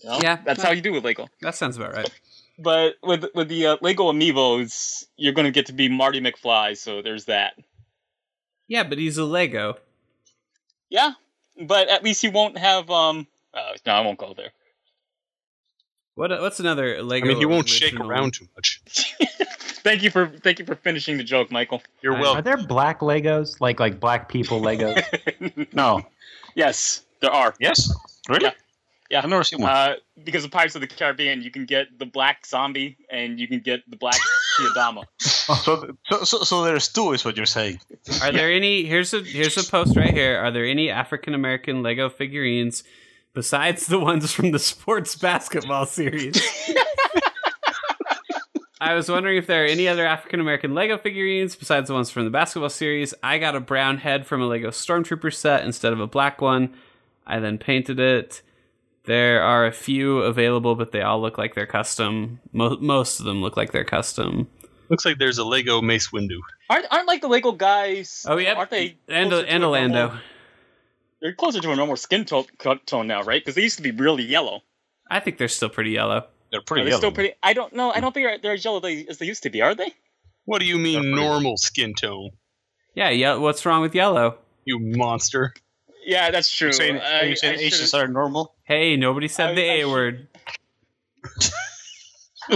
Speaker 5: You know?
Speaker 1: Yeah.
Speaker 5: that's how you do with Lego.
Speaker 1: That sounds about right.
Speaker 5: But with with the uh, Lego Amiibos, you're gonna get to be Marty McFly. So there's that.
Speaker 1: Yeah, but he's a Lego.
Speaker 5: Yeah, but at least you won't have um. Uh, no, I won't go there.
Speaker 1: What what's another
Speaker 6: I
Speaker 1: Lego?
Speaker 6: mean, he won't shake
Speaker 1: original?
Speaker 6: around too much.
Speaker 5: Thank you for thank you for finishing the joke, Michael.
Speaker 6: You're
Speaker 1: I-
Speaker 2: Are
Speaker 6: welcome.
Speaker 2: there black Legos? Like like black people Legos?
Speaker 3: No.
Speaker 5: yes, there are.
Speaker 3: Yes. Really?
Speaker 5: Yeah. Yeah.
Speaker 3: I've never seen one.
Speaker 5: Uh, because of Pirates of the Caribbean, you can get the black zombie and you can get the black Chiadama.
Speaker 3: so, so, so, so there's two, is what you're saying.
Speaker 1: Are there any? Here's a here's a post right here. Are there any African American Lego figurines besides the ones from the sports basketball series? I was wondering if there are any other African American Lego figurines besides the ones from the basketball series. I got a brown head from a Lego Stormtrooper set instead of a black one. I then painted it. There are a few available, but they all look like they're custom. Mo- most of them look like they're custom.
Speaker 6: Looks like there's a Lego Mace Windu.
Speaker 5: Aren't, aren't like the Lego guys? uh,
Speaker 1: Oh yeah,
Speaker 5: Aren't they?
Speaker 1: and
Speaker 3: uh,
Speaker 1: a,
Speaker 5: closer
Speaker 1: and
Speaker 5: to
Speaker 1: a
Speaker 5: normal-
Speaker 1: Lando.
Speaker 5: They're closer to a normal skin to- cut tone now, right? Because they used to be really yellow.
Speaker 1: I think they're still pretty yellow.
Speaker 3: They're
Speaker 5: Are
Speaker 3: pretty
Speaker 5: they
Speaker 3: yellow.
Speaker 5: still pretty? I don't know. I don't think they're, they're as yellow they- as they used to be, are they?
Speaker 6: What do you mean
Speaker 3: They're pretty-
Speaker 6: normal skin tone?
Speaker 1: Yeah, yeah. What's wrong with yellow?
Speaker 6: You monster.
Speaker 5: Yeah, that's true. Uh,
Speaker 3: You're saying,
Speaker 5: I-
Speaker 3: you're saying
Speaker 5: I
Speaker 3: Asians
Speaker 5: should've-
Speaker 3: are normal?
Speaker 1: Hey, nobody said
Speaker 5: I-
Speaker 1: the
Speaker 5: I
Speaker 1: A
Speaker 5: should-
Speaker 1: word.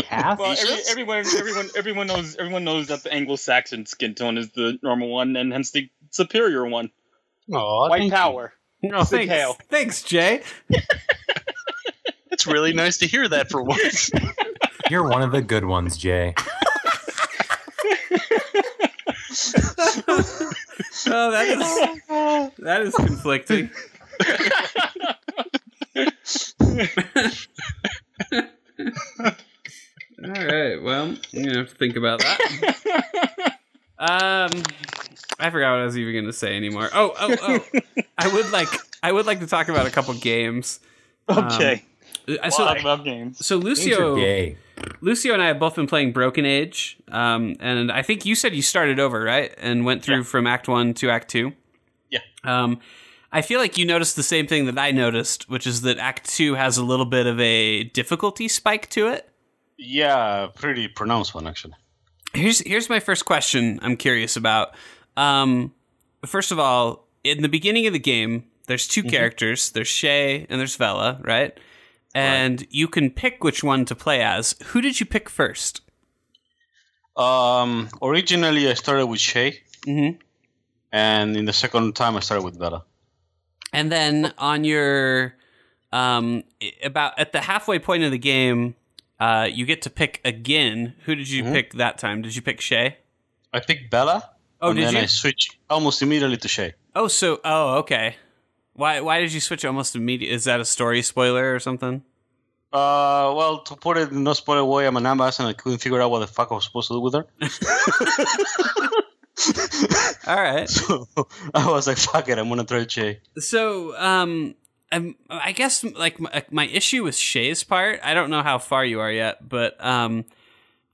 Speaker 2: Half?
Speaker 5: Well, every,
Speaker 3: Asians?
Speaker 5: everyone, everyone, everyone knows. Everyone knows that the Anglo-Saxon skin tone is the normal one, and hence the superior one.
Speaker 6: Aw,
Speaker 5: White
Speaker 6: thank
Speaker 5: power.
Speaker 1: No,
Speaker 5: It's a
Speaker 1: thanks.
Speaker 5: tail.
Speaker 1: Thanks, Jay.
Speaker 6: you. It's really nice to hear that for once.
Speaker 2: You're one of the good ones, Jay.
Speaker 1: Oh, that is that is conflicting. All right. Well, I'm gonna have to think about that. Um, I forgot what I was even gonna say anymore. Oh, oh, oh! I would like I would like to talk about a couple games. Um,
Speaker 5: okay.
Speaker 1: uh,
Speaker 5: Talk
Speaker 1: so,
Speaker 5: about games.
Speaker 1: so
Speaker 2: Things are
Speaker 1: Lucio.
Speaker 2: gay.
Speaker 1: Lucio and I have both been playing Broken Age, um, and I think you said you started over right and went through from Act One to Act Two.
Speaker 3: Yeah.
Speaker 1: Um, I feel like you noticed the same thing that I noticed, which is that Act Two has a little bit of a difficulty spike to it.
Speaker 3: Yeah, pretty pronounced one, actually.
Speaker 1: Here's here's my first question. I'm curious about. Um, first of all, in the beginning of the game, there's 2 characters. There's Shay and there's Vela, Mm-hmm. right? And you can pick which one to play as. Who did you pick first?
Speaker 3: Um, originally, I started with Shay,
Speaker 1: Mm-hmm.
Speaker 3: and in the second time, I started with Bella.
Speaker 1: And then on your um i- about at the halfway point of the game, uh you get to pick again. Who did you
Speaker 3: Mhm.
Speaker 1: pick that time? Did you pick Shay?
Speaker 3: I picked Bella,
Speaker 1: Oh,
Speaker 3: and
Speaker 1: did
Speaker 3: then
Speaker 1: you?
Speaker 3: I switched almost immediately to Shay.
Speaker 1: oh, so oh, okay. Why why did you switch almost immediately? Is that a story spoiler or something?
Speaker 3: Uh, well, to put it in no spoiler way, I'm an ambassador and I couldn't figure out what the fuck I was supposed to do with her.
Speaker 1: All right.
Speaker 3: So I was like, fuck it, I'm gonna try Shay.
Speaker 1: So, um, I'm, I guess like my, my issue with Shay's part, I don't know how far you are yet, but um,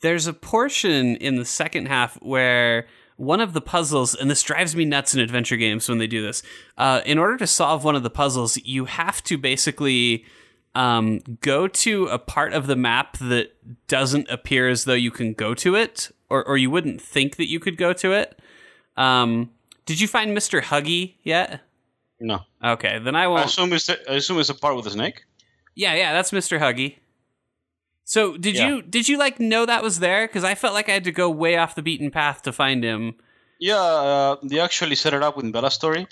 Speaker 1: there's a portion in the second half where one of the puzzles, and this drives me nuts in adventure games when they do this. Uh, in order to solve one of the puzzles, you have to basically um, go to a part of the map that doesn't appear as though you can go to it, or or you wouldn't think that you could go to it. Um, did you find Mister Huggy yet?
Speaker 3: No,
Speaker 1: Okay, then I
Speaker 3: I
Speaker 1: won't.
Speaker 3: assume it's I assume it's a part with the snake.
Speaker 1: yeah, yeah, that's Mr. Huggy. So did
Speaker 3: Yeah.
Speaker 1: you did you like know that was there? Because I felt like I had to go way off the beaten path to find him.
Speaker 3: Yeah, uh, they actually set it up in Bella's story.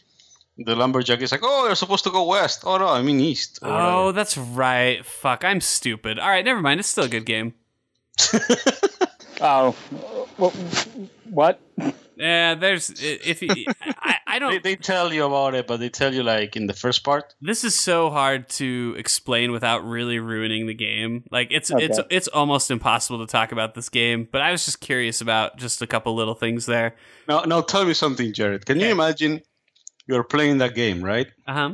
Speaker 3: The lumberjack is like, oh, you're supposed to go west. Oh no, I mean east. or whatever.
Speaker 1: Oh, that's right. Fuck, I'm stupid. All right, never mind. It's still a good game.
Speaker 4: Oh,
Speaker 5: Uh,
Speaker 4: well, what?
Speaker 1: Yeah, there's i- if you, I, I
Speaker 3: they,
Speaker 1: don't.
Speaker 3: they tell you about it, but they tell you like in the first part.
Speaker 1: This is so hard to explain without really ruining the game. Like it's it's it's almost impossible to talk about this game. But I was just curious about just a couple little things there.
Speaker 3: Now, now tell me something, Jared. Can you
Speaker 1: Okay.
Speaker 3: imagine you're playing that game, right?
Speaker 1: Uh huh.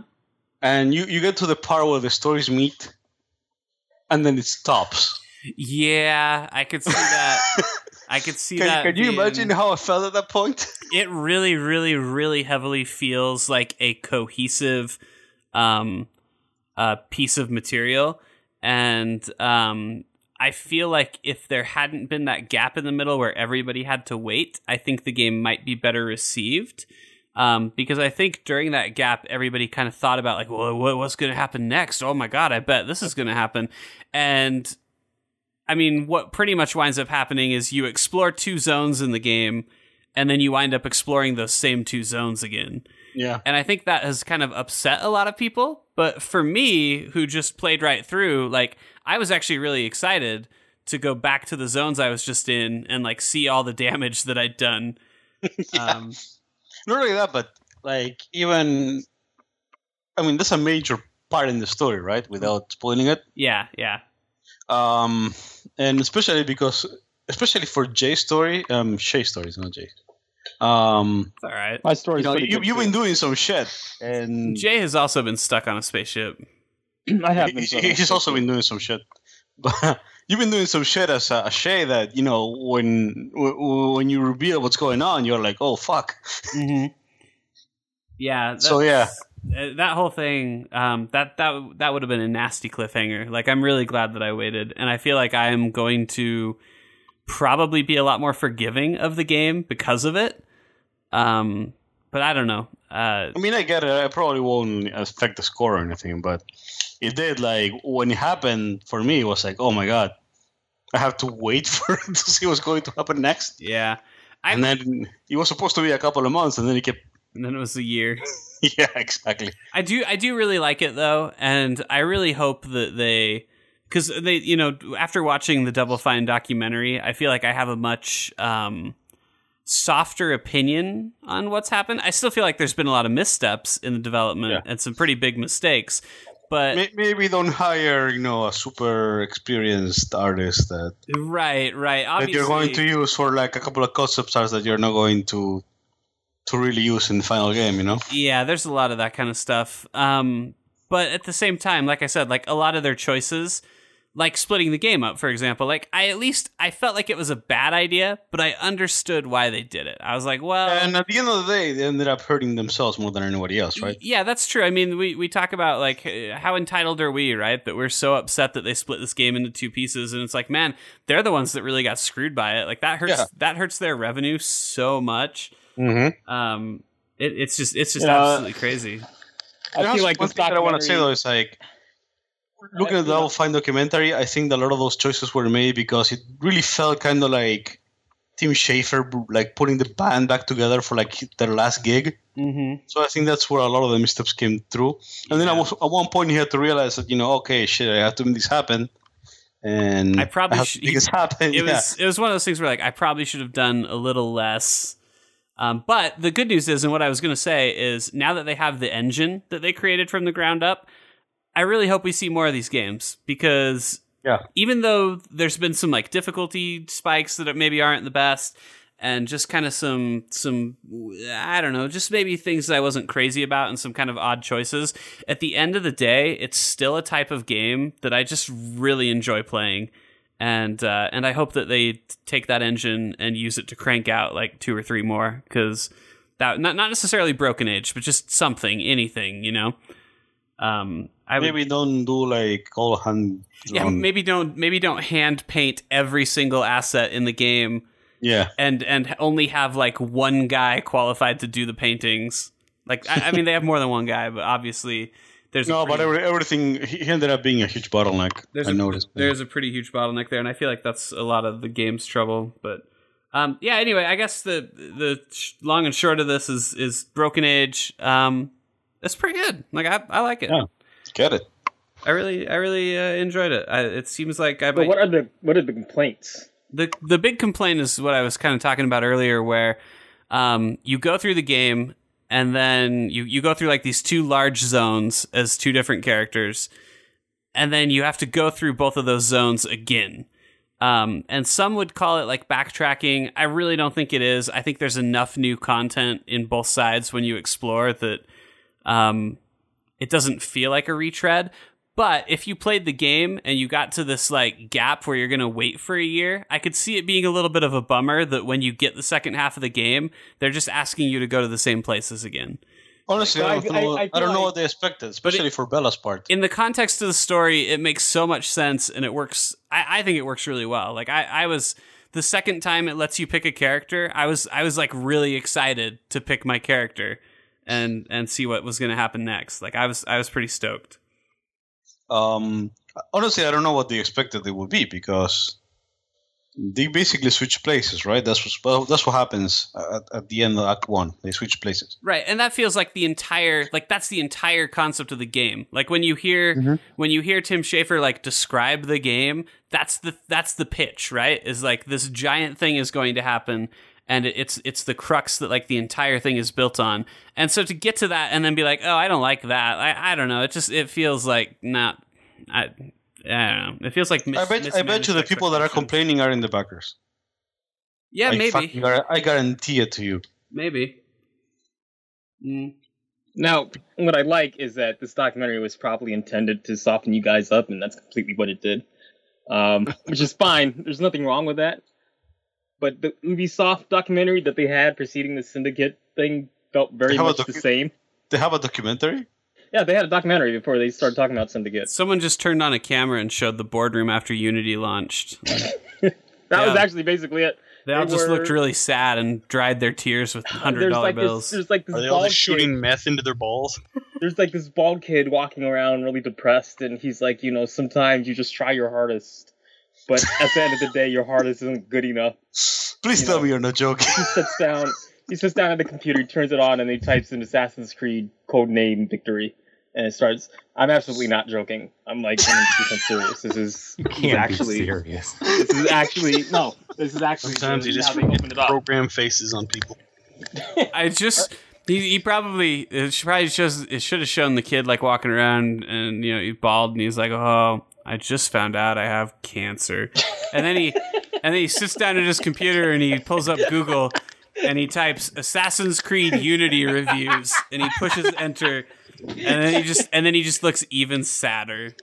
Speaker 3: And you, you get to the part where the stories meet, and then it stops.
Speaker 1: Yeah, I could see that. I could see
Speaker 3: Can,
Speaker 1: that.
Speaker 3: can you
Speaker 1: being-
Speaker 3: imagine how I felt at that point?
Speaker 1: it really really really heavily feels like a cohesive um uh piece of material and um I feel like if there hadn't been that gap in the middle where everybody had to wait, I think the game might be better received. Um, because I think during that gap, everybody kind of thought about like, well, what, what's going to happen next? Oh my god, I bet this is going to happen. And I mean, what pretty much winds up happening is you explore two zones in the game, and then you wind up exploring those same two zones again.
Speaker 3: Yeah.
Speaker 1: and I think that has kind of upset a lot of people. But for me, who just played right through, like I was actually really excited to go back to the zones I was just in and like see all the damage that I'd done. Um,
Speaker 3: Not only that, but like even, I mean, that's a major part in the story, right? Without spoiling it.
Speaker 1: yeah, yeah,
Speaker 3: um, and especially because especially for Jay's story, um, Shay's story is not Jay. Um,
Speaker 1: it's all right.
Speaker 4: My story's
Speaker 3: you know,
Speaker 4: pretty
Speaker 3: you,
Speaker 4: good,
Speaker 3: you've been
Speaker 4: too.
Speaker 3: doing some shit, and
Speaker 1: Jay has also been stuck on a spaceship.
Speaker 4: I have been.
Speaker 3: he's, he's
Speaker 4: so-
Speaker 3: also been doing some shit. But you've been doing some shit as a, a Shay that you know when wh- when you reveal what's going on, you're like, oh fuck.
Speaker 1: Yeah.
Speaker 3: So,
Speaker 1: that's- uh, that whole thing, um, that that that would have been a nasty cliffhanger. Like, I'm really glad that I waited, and I feel like I am going to probably be a lot more forgiving of the game because of it. Um, but I don't know. Uh,
Speaker 3: I mean, I get it. I probably won't affect the score or anything, but it did. Like when it happened for me, it was like, oh my god, I have to wait for it to see what's going to happen next.
Speaker 1: yeah. I-
Speaker 3: and then it was supposed to be a couple of months, and then it kept.
Speaker 1: And then it was a year.
Speaker 3: Yeah, exactly.
Speaker 1: I do I do really like it though, and I really hope that they because they you know after watching the Double Fine documentary, I feel like I have a much um, softer opinion on what's happened. I still feel like there's been a lot of missteps in the development
Speaker 3: Yeah.
Speaker 1: and some pretty big mistakes, but
Speaker 4: Eh.
Speaker 3: May- Maybe don't hire, you know, a super experienced artist that,
Speaker 1: right, right,
Speaker 3: that
Speaker 1: obviously
Speaker 3: you're going to use for like a couple of concept arts that you're not going to to really use in the final game, you know?
Speaker 1: Yeah, there's a lot of that kind of stuff. Um, but at the same time, like I said, like a lot of their choices, like splitting the game up, for example, like I at least I felt like it was a bad idea, but I understood why they did it. I was like,
Speaker 4: Uh,
Speaker 1: well,
Speaker 3: And at the end of the day, they ended up hurting themselves more than anybody else,
Speaker 1: y-
Speaker 3: right?
Speaker 1: Yeah, that's true. I mean, we, we talk about like uh, how entitled are we, right? That we're so upset that they split this game into two pieces, and it's like, man, they're the ones that really got screwed by it. Like that hurts
Speaker 3: Yeah.
Speaker 1: that hurts their revenue so much.
Speaker 3: Mm-hmm.
Speaker 1: Um, it, it's just it's just
Speaker 4: You know,
Speaker 1: absolutely crazy.
Speaker 4: I feel like
Speaker 3: one
Speaker 4: this
Speaker 3: thing that I want to say though
Speaker 4: documentary. Uh,
Speaker 3: is like, looking at the Double Fine documentary, I think that a lot of those choices were made because it really felt kind of like Tim Schafer, like putting the band back together for like their last gig.
Speaker 1: Mm-hmm.
Speaker 3: So I think that's where a lot of the missteps came through. And then I was, at one point he had to realize that you know, okay, shit, I have to make this happen, and
Speaker 1: I probably
Speaker 3: have
Speaker 1: sh-
Speaker 3: to make this happen.
Speaker 1: it
Speaker 3: yeah.
Speaker 1: was it was one of those things where like I probably should have done a little less. Um, but the good news is, and what I was going to say is, now that they have the engine that they created from the ground up, I really hope we see more of these games because
Speaker 3: Yeah.
Speaker 1: even though there's been some like difficulty spikes that maybe aren't the best, and just kind of some some I don't know, just maybe things that I wasn't crazy about and some kind of odd choices. At the end of the day, it's still a type of game that I just really enjoy playing, and uh, and I hope that they t- take that engine and use it to crank out like two or three more because that not not necessarily Broken Age, but just something, anything, you know. Um, I would,
Speaker 3: maybe don't do like all hand.
Speaker 1: yeah,
Speaker 3: drawn-
Speaker 1: maybe don't maybe don't hand paint every single asset in the game
Speaker 3: yeah.
Speaker 1: and and only have like one guy qualified to do the paintings. Like I, I mean, they have more than one guy, but obviously there's a
Speaker 3: No,
Speaker 1: pretty,
Speaker 3: but every, everything he he ended up being a huge bottleneck.
Speaker 1: there's
Speaker 3: I
Speaker 1: a-
Speaker 3: noticed.
Speaker 1: there's a pretty huge bottleneck there, and I feel like that's a lot of the game's trouble. But um, yeah, anyway, I guess the the sh- long and short of this is is Broken Age. Um, it's pretty good. Like I I like it.
Speaker 3: Yeah. Get it?
Speaker 1: I really I really uh, enjoyed it. I, it seems like I
Speaker 5: But
Speaker 1: might
Speaker 5: what are the what are the complaints?
Speaker 1: the the big complaint is what I was kind of talking about earlier, where um, you go through the game and then you you go through like these two large zones as two different characters, and then you have to go through both of those zones again. Um, and some would call it like backtracking. I really don't think it is. I think there's enough new content in both sides when you explore that um, it doesn't feel like a retread. But if you played the game and you got to this like gap where you're going to wait for a year, I could see it being a little bit of a bummer that when you get the second half of the game, they're just asking you to go to the same places again.
Speaker 3: Honestly, I
Speaker 4: Like,
Speaker 3: don't
Speaker 4: I-
Speaker 3: know.
Speaker 4: I-
Speaker 3: I,
Speaker 4: I feel
Speaker 3: don't know
Speaker 4: like-
Speaker 3: what they expected, especially for Bella's part.
Speaker 1: In the context of the story, it makes so much sense and it works. I, I think it works really well. Like I, I was the second time it lets you pick a character, I was I was like really excited to pick my character and and see what was going to happen next. Like I was I was pretty stoked.
Speaker 3: um, honestly, I don't know what they expected it would be because They basically switch places, right? That's what, well, that's what happens at, at the end of Act One. They switch places.
Speaker 1: Right, and that feels like the entire like that's the entire concept of the game. Like when you hear when you hear Tim Schafer like describe the game, that's the that's the pitch, right? Is like this giant thing is going to happen and it- it's it's the crux that like the entire thing is built on. And so to get to that and then be like, "Oh, I don't like that." I I don't know. It just it feels like not I I don't know. It feels like mis-
Speaker 3: I bet I bet
Speaker 1: mismanaged
Speaker 3: you the people that are
Speaker 1: expectations.
Speaker 3: complaining are in the backers.
Speaker 1: Yeah,
Speaker 3: I
Speaker 1: maybe.
Speaker 3: fucking guar- I guarantee it to you.
Speaker 1: Maybe. Mm.
Speaker 5: Now, what I like is that this documentary was probably intended to soften you guys up, and that's completely what it did. Um, which is fine. There's nothing wrong with that. But the Ubisoft documentary that they had preceding the Syndicate thing felt very
Speaker 3: How
Speaker 5: much
Speaker 3: about
Speaker 5: the
Speaker 3: docu-
Speaker 5: same.
Speaker 3: They have a documentary.
Speaker 5: Yeah, they had a documentary before they started talking about Syndicate.
Speaker 1: Someone just turned on a camera and showed the boardroom after Unity launched.
Speaker 5: That was
Speaker 1: Yeah.
Speaker 5: actually basically it.
Speaker 1: They all
Speaker 5: They
Speaker 1: just
Speaker 5: were-
Speaker 1: looked really sad and dried their tears with hundred
Speaker 5: There's
Speaker 1: dollar
Speaker 5: like
Speaker 1: bills.
Speaker 5: this. There's like this.
Speaker 6: Are they all
Speaker 5: bald
Speaker 6: just shooting
Speaker 5: kid-
Speaker 6: meth into their balls?
Speaker 5: There's like this bald kid walking around really depressed, and he's like, you know, sometimes you just try your hardest, but at the end of the day, your hardest isn't good enough.
Speaker 3: Please
Speaker 5: You
Speaker 3: tell
Speaker 5: know.
Speaker 3: me you're not joking.
Speaker 5: he sits down. He sits down at the computer, turns it on, and he types in Assassin's Creed codename Victory, and it starts. I'm absolutely not joking. I'm like 100% serious. This is
Speaker 2: You
Speaker 5: this is
Speaker 2: can't be
Speaker 5: actually
Speaker 2: serious.
Speaker 5: this is actually no. This is actually
Speaker 6: Sometimes you
Speaker 5: this is
Speaker 6: just
Speaker 5: how they opened it up.
Speaker 6: program faces on people.
Speaker 1: I just he, he probably it should probably shows it should have shown the kid like walking around and you know he's bald and he's like oh I just found out I have cancer and then he and then he sits down at his computer and he pulls up Google and he types Assassin's Creed Unity reviews and he pushes enter and then he just and then he just looks even sadder.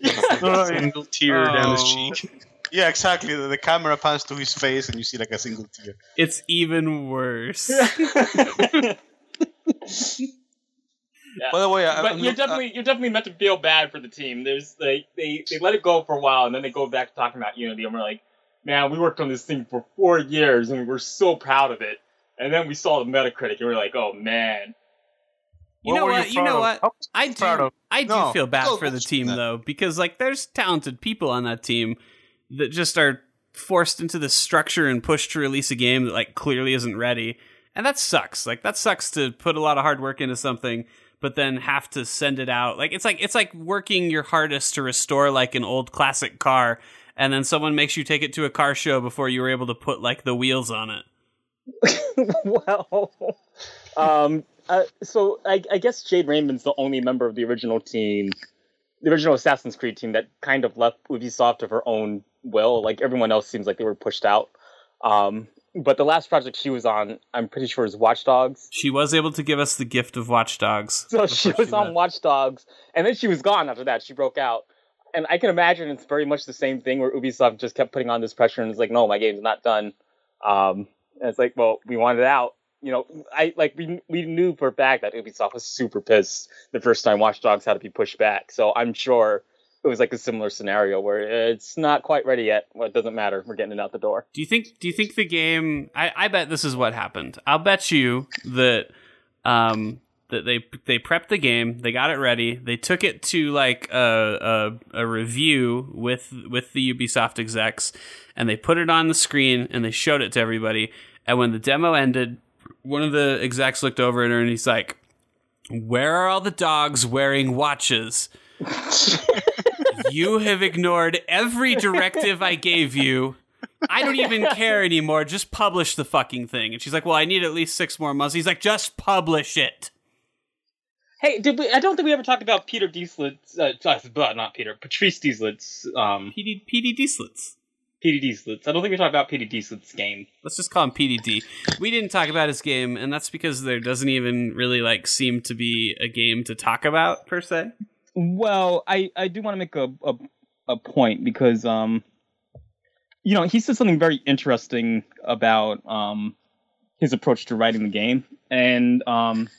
Speaker 6: Single tear down his
Speaker 1: Oh.
Speaker 6: cheek.
Speaker 3: yeah, exactly. The, the camera pans to his face, and you see like a single tear.
Speaker 1: It's even worse.
Speaker 3: By the way, I, uh,
Speaker 5: But
Speaker 6: Um,
Speaker 3: I'm
Speaker 5: you're
Speaker 3: look- I-
Speaker 5: definitely you're definitely meant to feel bad for the team. There's they they they let it go for a while, and then they go back to talking about Unity, and we're like, man, we worked on this thing for four years, and we were so proud of it. And then we saw the Metacritic, and we are like, oh man.
Speaker 1: You
Speaker 3: what
Speaker 1: know
Speaker 3: were
Speaker 1: what? You
Speaker 3: proud
Speaker 1: know
Speaker 3: of?
Speaker 1: what?
Speaker 3: How-
Speaker 1: I
Speaker 3: proud
Speaker 1: do.
Speaker 3: of.
Speaker 1: I do
Speaker 3: No,
Speaker 1: feel bad
Speaker 3: no,
Speaker 1: for the
Speaker 3: that's
Speaker 1: team
Speaker 3: not-
Speaker 1: though, because like there's talented people on that team that just are forced into this structure and pushed to release a game that like clearly isn't ready, and that sucks. Like that sucks to put a lot of hard work into something, but then have to send it out. Like it's like it's like working your hardest to restore like an old classic car, and then someone makes you take it to a car show before you were able to put like the wheels on it.
Speaker 5: well, um, uh, so I, I guess Jade Raymond's the only member of the original team, the original Assassin's Creed team that kind of left Ubisoft of her own will. Like everyone else seems like they were pushed out. Um, but the last project she was on, I'm pretty sure, is Watch Dogs.
Speaker 1: She was able to give us the gift of watchdogs.
Speaker 5: So she was on Watch Dogs, and then she was gone after that. She broke out. And I can imagine it's very much the same thing where Ubisoft just kept putting on this pressure and it's like, no, my game's not done. Um, and it's like, well, we wanted it out. You know, I like we we knew for a fact that Ubisoft was super pissed the first time Watch Dogs had to be pushed back. So I'm sure it was like a similar scenario where it's not quite ready yet. Well, it doesn't matter. We're getting it out the door.
Speaker 1: Do you think? Do you think the game? I, I bet this is what happened. I'll bet you that um, that they they prepped the game, they got it ready, they took it to like a, a a review with with the Ubisoft execs, and they put it on the screen and they showed it to everybody. And when the demo ended, one of the execs looked over at her and he's like, "Where are all the dogs wearing watches?" you have ignored every directive I gave you. I don't even care anymore. Just publish the fucking thing. And she's like, "Well, I need at least six more months." He's like, "Just publish it."
Speaker 5: Hey, did we? I don't think we ever talked about Peter Dieslitz. Uh, uh, not Peter, Patrice Dieslitz. Um,
Speaker 1: PD PD Deeslets.
Speaker 5: PD Dieslitz. I don't think we talked about PD Dieslitz's game.
Speaker 1: Let's just call him PDD. We didn't talk about his game, and that's because there doesn't even really like seem to be a game to talk about per se.
Speaker 4: Well, I, I do want to make a, a a point because um you know, he said something very interesting about um his approach to writing the game and um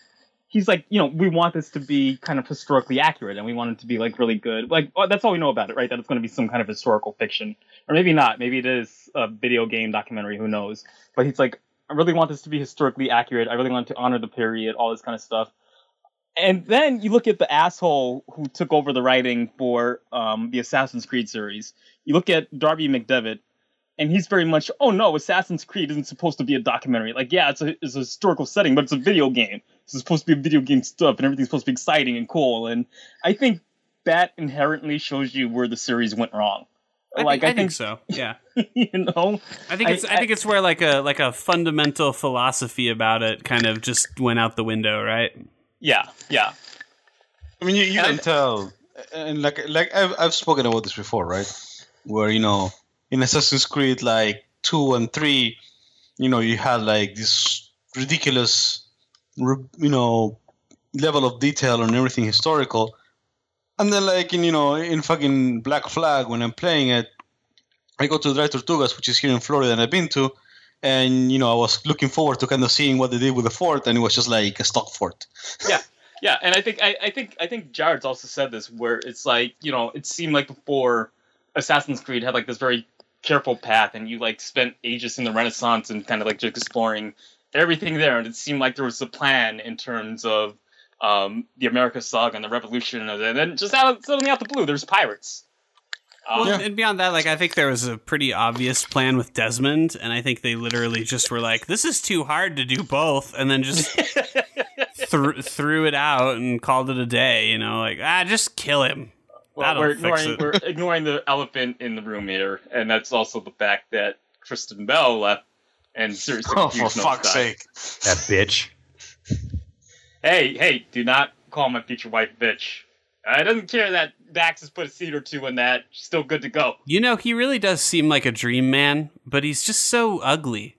Speaker 4: he's like, you know, we want this to be kind of historically accurate and we want it to be like really good. Like oh, that's all we know about it, right? That it's going to be some kind of historical fiction. Or maybe not. Maybe it is a video game documentary, who knows. But he's like I really want this to be historically accurate. I really want to honor the period, all this kind of stuff and then you look at the asshole who took over the writing for um, the Assassin's Creed series. You look at Darby McDevitt,
Speaker 5: and he's very much, oh no, Assassin's Creed isn't supposed to be a documentary. Like, yeah, it's a, it's a historical setting, but it's a video game. It's supposed to be video game stuff, and everything's supposed to be exciting and cool. And I think that inherently shows you where the series went wrong.
Speaker 1: I,
Speaker 5: like,
Speaker 1: think, I, think so. Yeah,
Speaker 5: you know,
Speaker 1: I think
Speaker 5: I-
Speaker 1: it's I, think it's where like a like a fundamental philosophy about it kind of just went out the window, right?
Speaker 5: yeah, yeah,
Speaker 3: I mean, you, you can
Speaker 5: And-
Speaker 3: tell, and like like I've I've spoken about this before, right? Where you know in Assassin's Creed like two and three, you know, you had like this ridiculous, re- you know, level of detail on everything historical, and then like in you know in fucking Black Flag when I'm playing it, I go to Dry Tortugas, which is here in Florida, and I've been to. And you know, I was looking forward to kind of seeing what they did with the fort, and it was just like a stock fort.
Speaker 5: yeah. And I think I, I think I think Jared's also said this, where it's like, you know, it seemed like before Assassin's Creed had like this very careful path, and you like spent ages in the Renaissance and kind of like just exploring everything there, and it seemed like there was a plan in terms of um, the America saga and the Revolution, and then just out of, suddenly out the blue, there's pirates. Um,
Speaker 1: Well, and beyond that, like I think there was a pretty obvious plan with Desmond, and I think they literally just were like, "This is too hard to do both," and then just thr- threw it out and called it a day. You know, like ah, just kill him.
Speaker 5: Well,
Speaker 1: That'll
Speaker 5: we're
Speaker 1: fix
Speaker 5: ignoring,
Speaker 1: it.
Speaker 5: we're ignoring the elephant in the room here, and that's also the fact that Kristen Bell left and seriously.
Speaker 3: Oh, for fuck's sake!
Speaker 2: That bitch.
Speaker 5: Hey, hey, do not call my future wife bitch. I doesn't care that Dax has put a seed or two in that. She's still good to go.
Speaker 1: You know, he really does seem like a dream man, but he's just so ugly.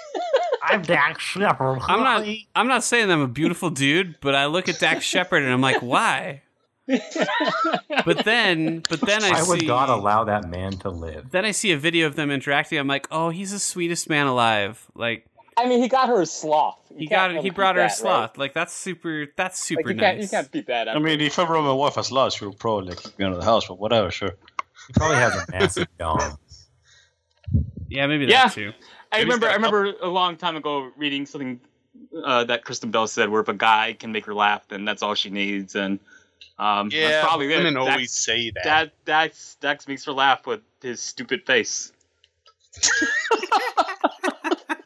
Speaker 2: I'm Dax Shepard.
Speaker 1: I'm not. I'm not saying I'm a beautiful dude, but I look at Dax Shepard and I'm like, why? but then, but then I
Speaker 2: Why would
Speaker 1: see.
Speaker 2: God allow that man to live?
Speaker 1: then I see a video of them interacting. I'm like, oh, he's the sweetest man alive. Like
Speaker 4: I mean, he got her a sloth.
Speaker 1: he got, he brought her a sloth. Like that's super. That's super nice.
Speaker 4: beat that
Speaker 3: I mean, if I brought my wife as last, she would probably like, kick me out of the house, but whatever, sure.
Speaker 2: He probably has a massive dome.
Speaker 1: yeah, maybe that
Speaker 5: Yeah.
Speaker 1: too.
Speaker 5: I
Speaker 6: Maybe
Speaker 5: remember. I
Speaker 6: it's got a
Speaker 5: remember a long time ago reading something uh, that Kristen Bell said, where if a guy can make her laugh, then that's all she needs, and um,
Speaker 6: Yeah,
Speaker 5: that's probably it.
Speaker 6: women
Speaker 5: Dax-
Speaker 6: always say that.
Speaker 5: That Dax Dax makes her laugh with his stupid face.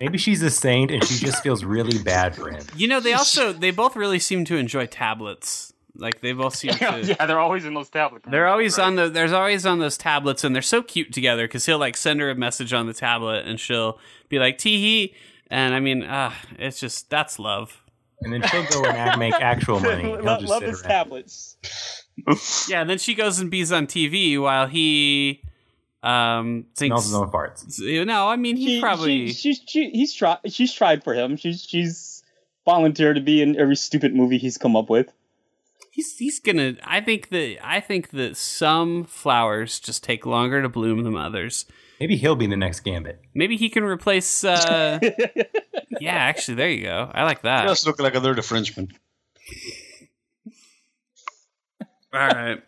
Speaker 2: Maybe she's a saint and she just feels really bad for him.
Speaker 1: You know, they also they both really seem to enjoy tablets. Like they both seem to.
Speaker 5: yeah, they're always in those tablets.
Speaker 1: They're always on the. There's always on those tablets, and they're so cute together because he'll like send her a message on the tablet, and she'll be like tee hee. And I mean, ah, it's just that's love.
Speaker 2: And then she'll go and act, make actual money. and He'll just
Speaker 5: love
Speaker 2: sit
Speaker 5: his
Speaker 2: around.
Speaker 5: tablets.
Speaker 1: Yeah, and then she goes and bees on TV while he um
Speaker 2: Smells
Speaker 1: thinks.
Speaker 2: his own farts.
Speaker 1: No, I mean he
Speaker 5: She-
Speaker 1: probably.
Speaker 5: she, she's she, he's tried she's tried for him. She's she's volunteered to be in every stupid movie he's come up with.
Speaker 1: he's he's gonna. I think that I think that some flowers just take longer to bloom than others.
Speaker 2: Maybe he'll be the next Gambit.
Speaker 1: Maybe he can replace. uh Yeah, actually, there you go. I like that.
Speaker 3: He does look like a dirty Frenchman.
Speaker 1: All right.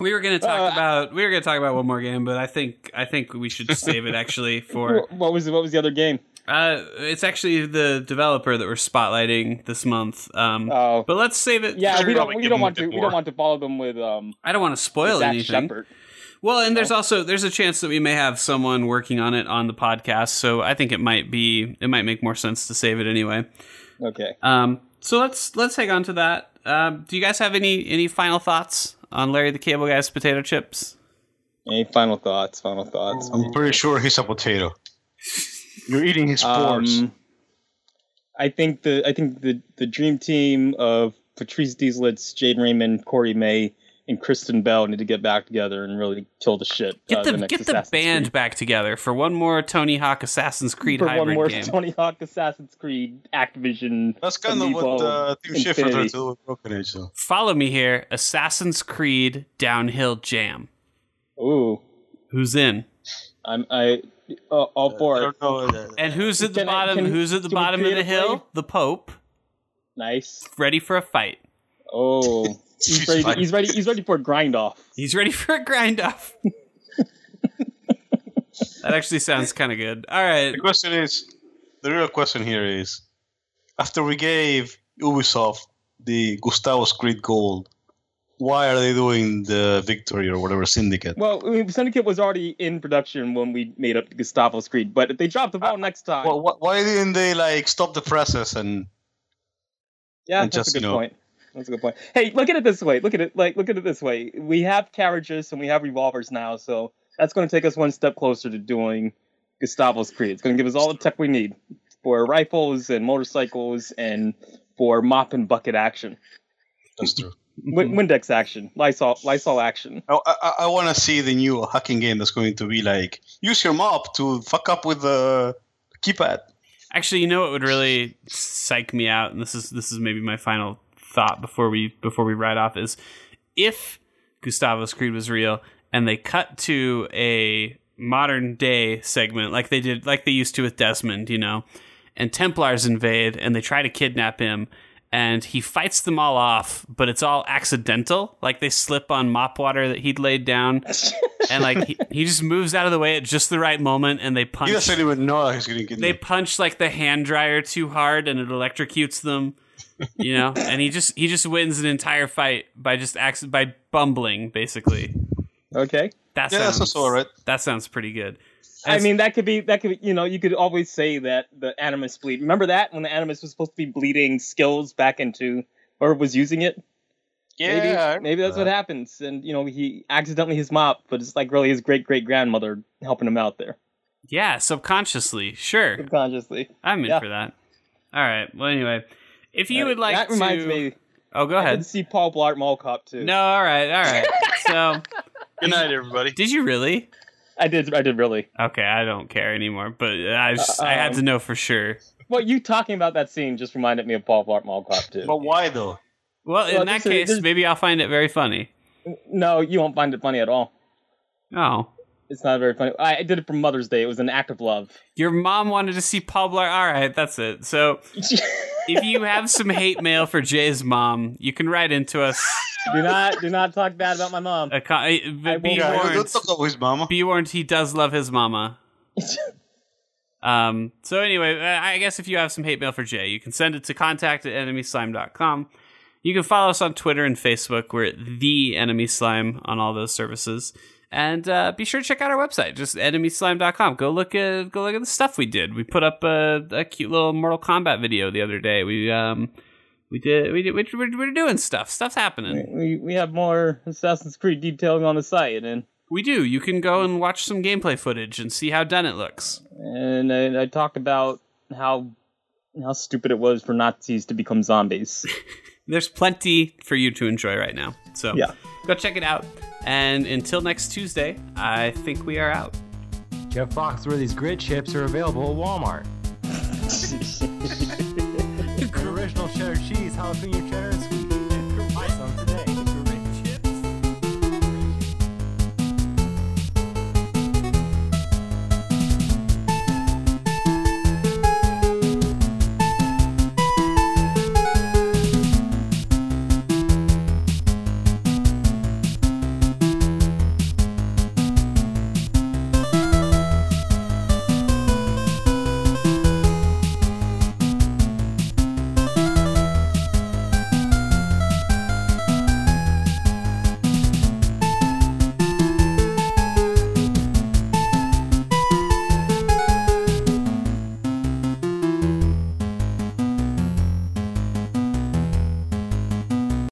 Speaker 1: We were gonna talk
Speaker 5: Uh,
Speaker 1: about we were gonna talk about one more game, but I think I think we should save it actually for
Speaker 5: Wh- What was what was the other game?
Speaker 1: uh, it's actually the developer that we're spotlighting this month. Um,
Speaker 5: Oh,
Speaker 1: but let's save it.
Speaker 5: yeah,
Speaker 1: for-
Speaker 5: we don't
Speaker 6: probably
Speaker 5: we
Speaker 6: give
Speaker 5: don't
Speaker 6: him a
Speaker 5: want
Speaker 6: bit
Speaker 5: to we
Speaker 6: more.
Speaker 5: don't want to follow them with um
Speaker 1: I don't want to spoil
Speaker 5: Zach
Speaker 1: anything.
Speaker 5: Shepard.
Speaker 1: Well, and there's also there's a chance that we may have someone working on it on the podcast, so I think it might be it might make more sense to save it anyway.
Speaker 5: Okay,
Speaker 1: Um, so let's let's hang on to that. Um, do you guys have any any final thoughts on Larry the Cable Guy's potato chips?
Speaker 5: any final thoughts? Final thoughts.
Speaker 3: I'm pretty sure he's a potato. You're eating his pores.
Speaker 5: Um, I think the I think the the dream team of Patrice Deeslitz, Jade Raymond, Corey May, and Kristen Bell need to get back together and really kill the shit.
Speaker 1: Get
Speaker 5: uh,
Speaker 1: the,
Speaker 5: next
Speaker 1: get the
Speaker 5: Assassin's
Speaker 1: band
Speaker 5: Creed.
Speaker 1: back together for one more Tony Hawk Assassin's Creed
Speaker 5: for
Speaker 1: hybrid
Speaker 5: one more
Speaker 1: game.
Speaker 5: Tony Hawk, Assassin's Creed, Activision.
Speaker 3: That's kind of
Speaker 5: Amiibo,
Speaker 3: what uh, Tim Schafer tried
Speaker 5: Infinity.
Speaker 3: to do with Broken Age, though.
Speaker 1: Follow me here, Assassin's Creed Downhill Jam.
Speaker 5: Ooh,
Speaker 1: Who's in?
Speaker 5: I'm I uh, all
Speaker 3: I
Speaker 5: for it.
Speaker 3: don't know. uh,
Speaker 1: And who's at the
Speaker 5: Can I-
Speaker 1: bottom?
Speaker 5: can-
Speaker 1: who's at the
Speaker 5: can we
Speaker 1: bottom of the
Speaker 5: creatively-
Speaker 1: hill? The Pope,
Speaker 5: Nice.
Speaker 1: ready for a fight.
Speaker 5: Oh, he's
Speaker 3: She's
Speaker 5: ready.
Speaker 3: fine.
Speaker 5: he's ready. He's ready for a grind off.
Speaker 1: He's ready for a grind off. that actually sounds kind of good. All right.
Speaker 3: The question is, the real question here is, after we gave Ubisoft the Gustavo's Creed Gold, why are they doing the Victory or whatever syndicate?
Speaker 5: Well, I mean, Syndicate was already in production when we made up Gustavo's Creed, but if they drop the ball next time,
Speaker 3: Uh, Well, wh- why didn't they like stop the process and
Speaker 5: yeah,
Speaker 3: and
Speaker 5: that's
Speaker 3: just,
Speaker 5: a good
Speaker 3: you know-
Speaker 5: point. That's a good point. Hey, look at it this way. Look at it like look at it this way. We have carriages and we have revolvers now, so that's going to take us one step closer to doing Gustavo's Creed. It's going to give us all the tech we need for rifles and motorcycles and for mop and bucket action,
Speaker 3: that's true? Mm-hmm.
Speaker 5: Win- Windex action, Lysol Lysol action.
Speaker 3: Oh, I, I, I want to see the new hacking game that's going to be like use your mop to fuck up with the keypad.
Speaker 1: Actually, you know what would really psych me out, and this is this is maybe my final thought before we before we ride off is if Gustavo's Creed was real and they cut to a modern day segment like they did like they used to with Desmond, you know, and Templars invade and they try to kidnap him and he fights them all off, but it's all accidental. Like they slip on mop water that he'd laid down and like he, he just moves out of the way at just the right moment and they punch
Speaker 3: He doesn't even know he's going to get.
Speaker 1: they punch like the hand dryer too hard and it electrocutes them you know and he just he just wins an entire fight by just acc- by bumbling basically
Speaker 5: Okay.
Speaker 1: that
Speaker 3: Yeah, that's
Speaker 1: sounds
Speaker 3: also all right.
Speaker 1: that sounds pretty good
Speaker 5: I
Speaker 1: As-
Speaker 5: mean, that could be that could be, you know you could always say that the animus bleed. Remember that when the animus was supposed to be bleeding skills back into or was using it. maybe,
Speaker 3: yeah,
Speaker 5: maybe that's what happens. And you know he accidentally his mop, but it's like really his great great grandmother helping him out there
Speaker 1: yeah subconsciously sure
Speaker 5: subconsciously.
Speaker 1: i'm in
Speaker 5: Yeah.
Speaker 1: for that all right well anyway if you
Speaker 5: Uh,
Speaker 1: would like
Speaker 5: that reminds
Speaker 1: to
Speaker 5: me.
Speaker 1: oh go
Speaker 5: I did
Speaker 1: ahead
Speaker 5: see Paul Blart Mall Cop too.
Speaker 1: no all right all right so
Speaker 6: Good night, everybody.
Speaker 1: did you really
Speaker 5: I did. I did really.
Speaker 1: okay i don't care anymore but i just i had
Speaker 5: Um,
Speaker 1: to know for sure
Speaker 5: Well, you talking about that scene just reminded me of Paul Blart Mall Cop too.
Speaker 3: but why though?
Speaker 1: well in
Speaker 5: well,
Speaker 1: that
Speaker 5: this is-
Speaker 1: case
Speaker 5: this-
Speaker 1: maybe i'll find it very funny
Speaker 5: no, you won't find it funny at all.
Speaker 1: oh
Speaker 5: It's not very funny. I I did it for Mother's Day. It was an act of love.
Speaker 1: Your mom wanted to see Paul Blart. All right, that's it. So if you have some hate mail for Jay's mom, you can write into us.
Speaker 5: Do not do not talk bad about my mom.
Speaker 1: A con- eh, but be,
Speaker 5: won't. Yeah,
Speaker 3: Don't
Speaker 1: warned,
Speaker 3: talk about his mama.
Speaker 1: be warned, he does love his mama. Um, so anyway, I I guess if you have some hate mail for Jay, you can send it to contact at enemyslime.com. You can follow us on Twitter and Facebook. We're at the Enemy Slime on all those services. And uh, be sure to check out our website, just enemyslime.com. Go look at go look at the stuff we did. We put up a, a cute little Mortal Kombat video the other day. We um we did we did we, we're, we're doing stuff. Stuff's happening.
Speaker 5: We, we have more Assassin's Creed detailing on the site, and
Speaker 1: We do. You can go and watch some gameplay footage and see how done it looks.
Speaker 5: and I, I talk about how how stupid it was for Nazis to become zombies.
Speaker 1: there's plenty for you to enjoy right now. So
Speaker 5: Yeah.
Speaker 1: go check it out. And until next Tuesday, I think we are out.
Speaker 2: Jeff Foxworthy's grit chips are available at Walmart. original cheddar cheese, jalapeno cheddar, and sweet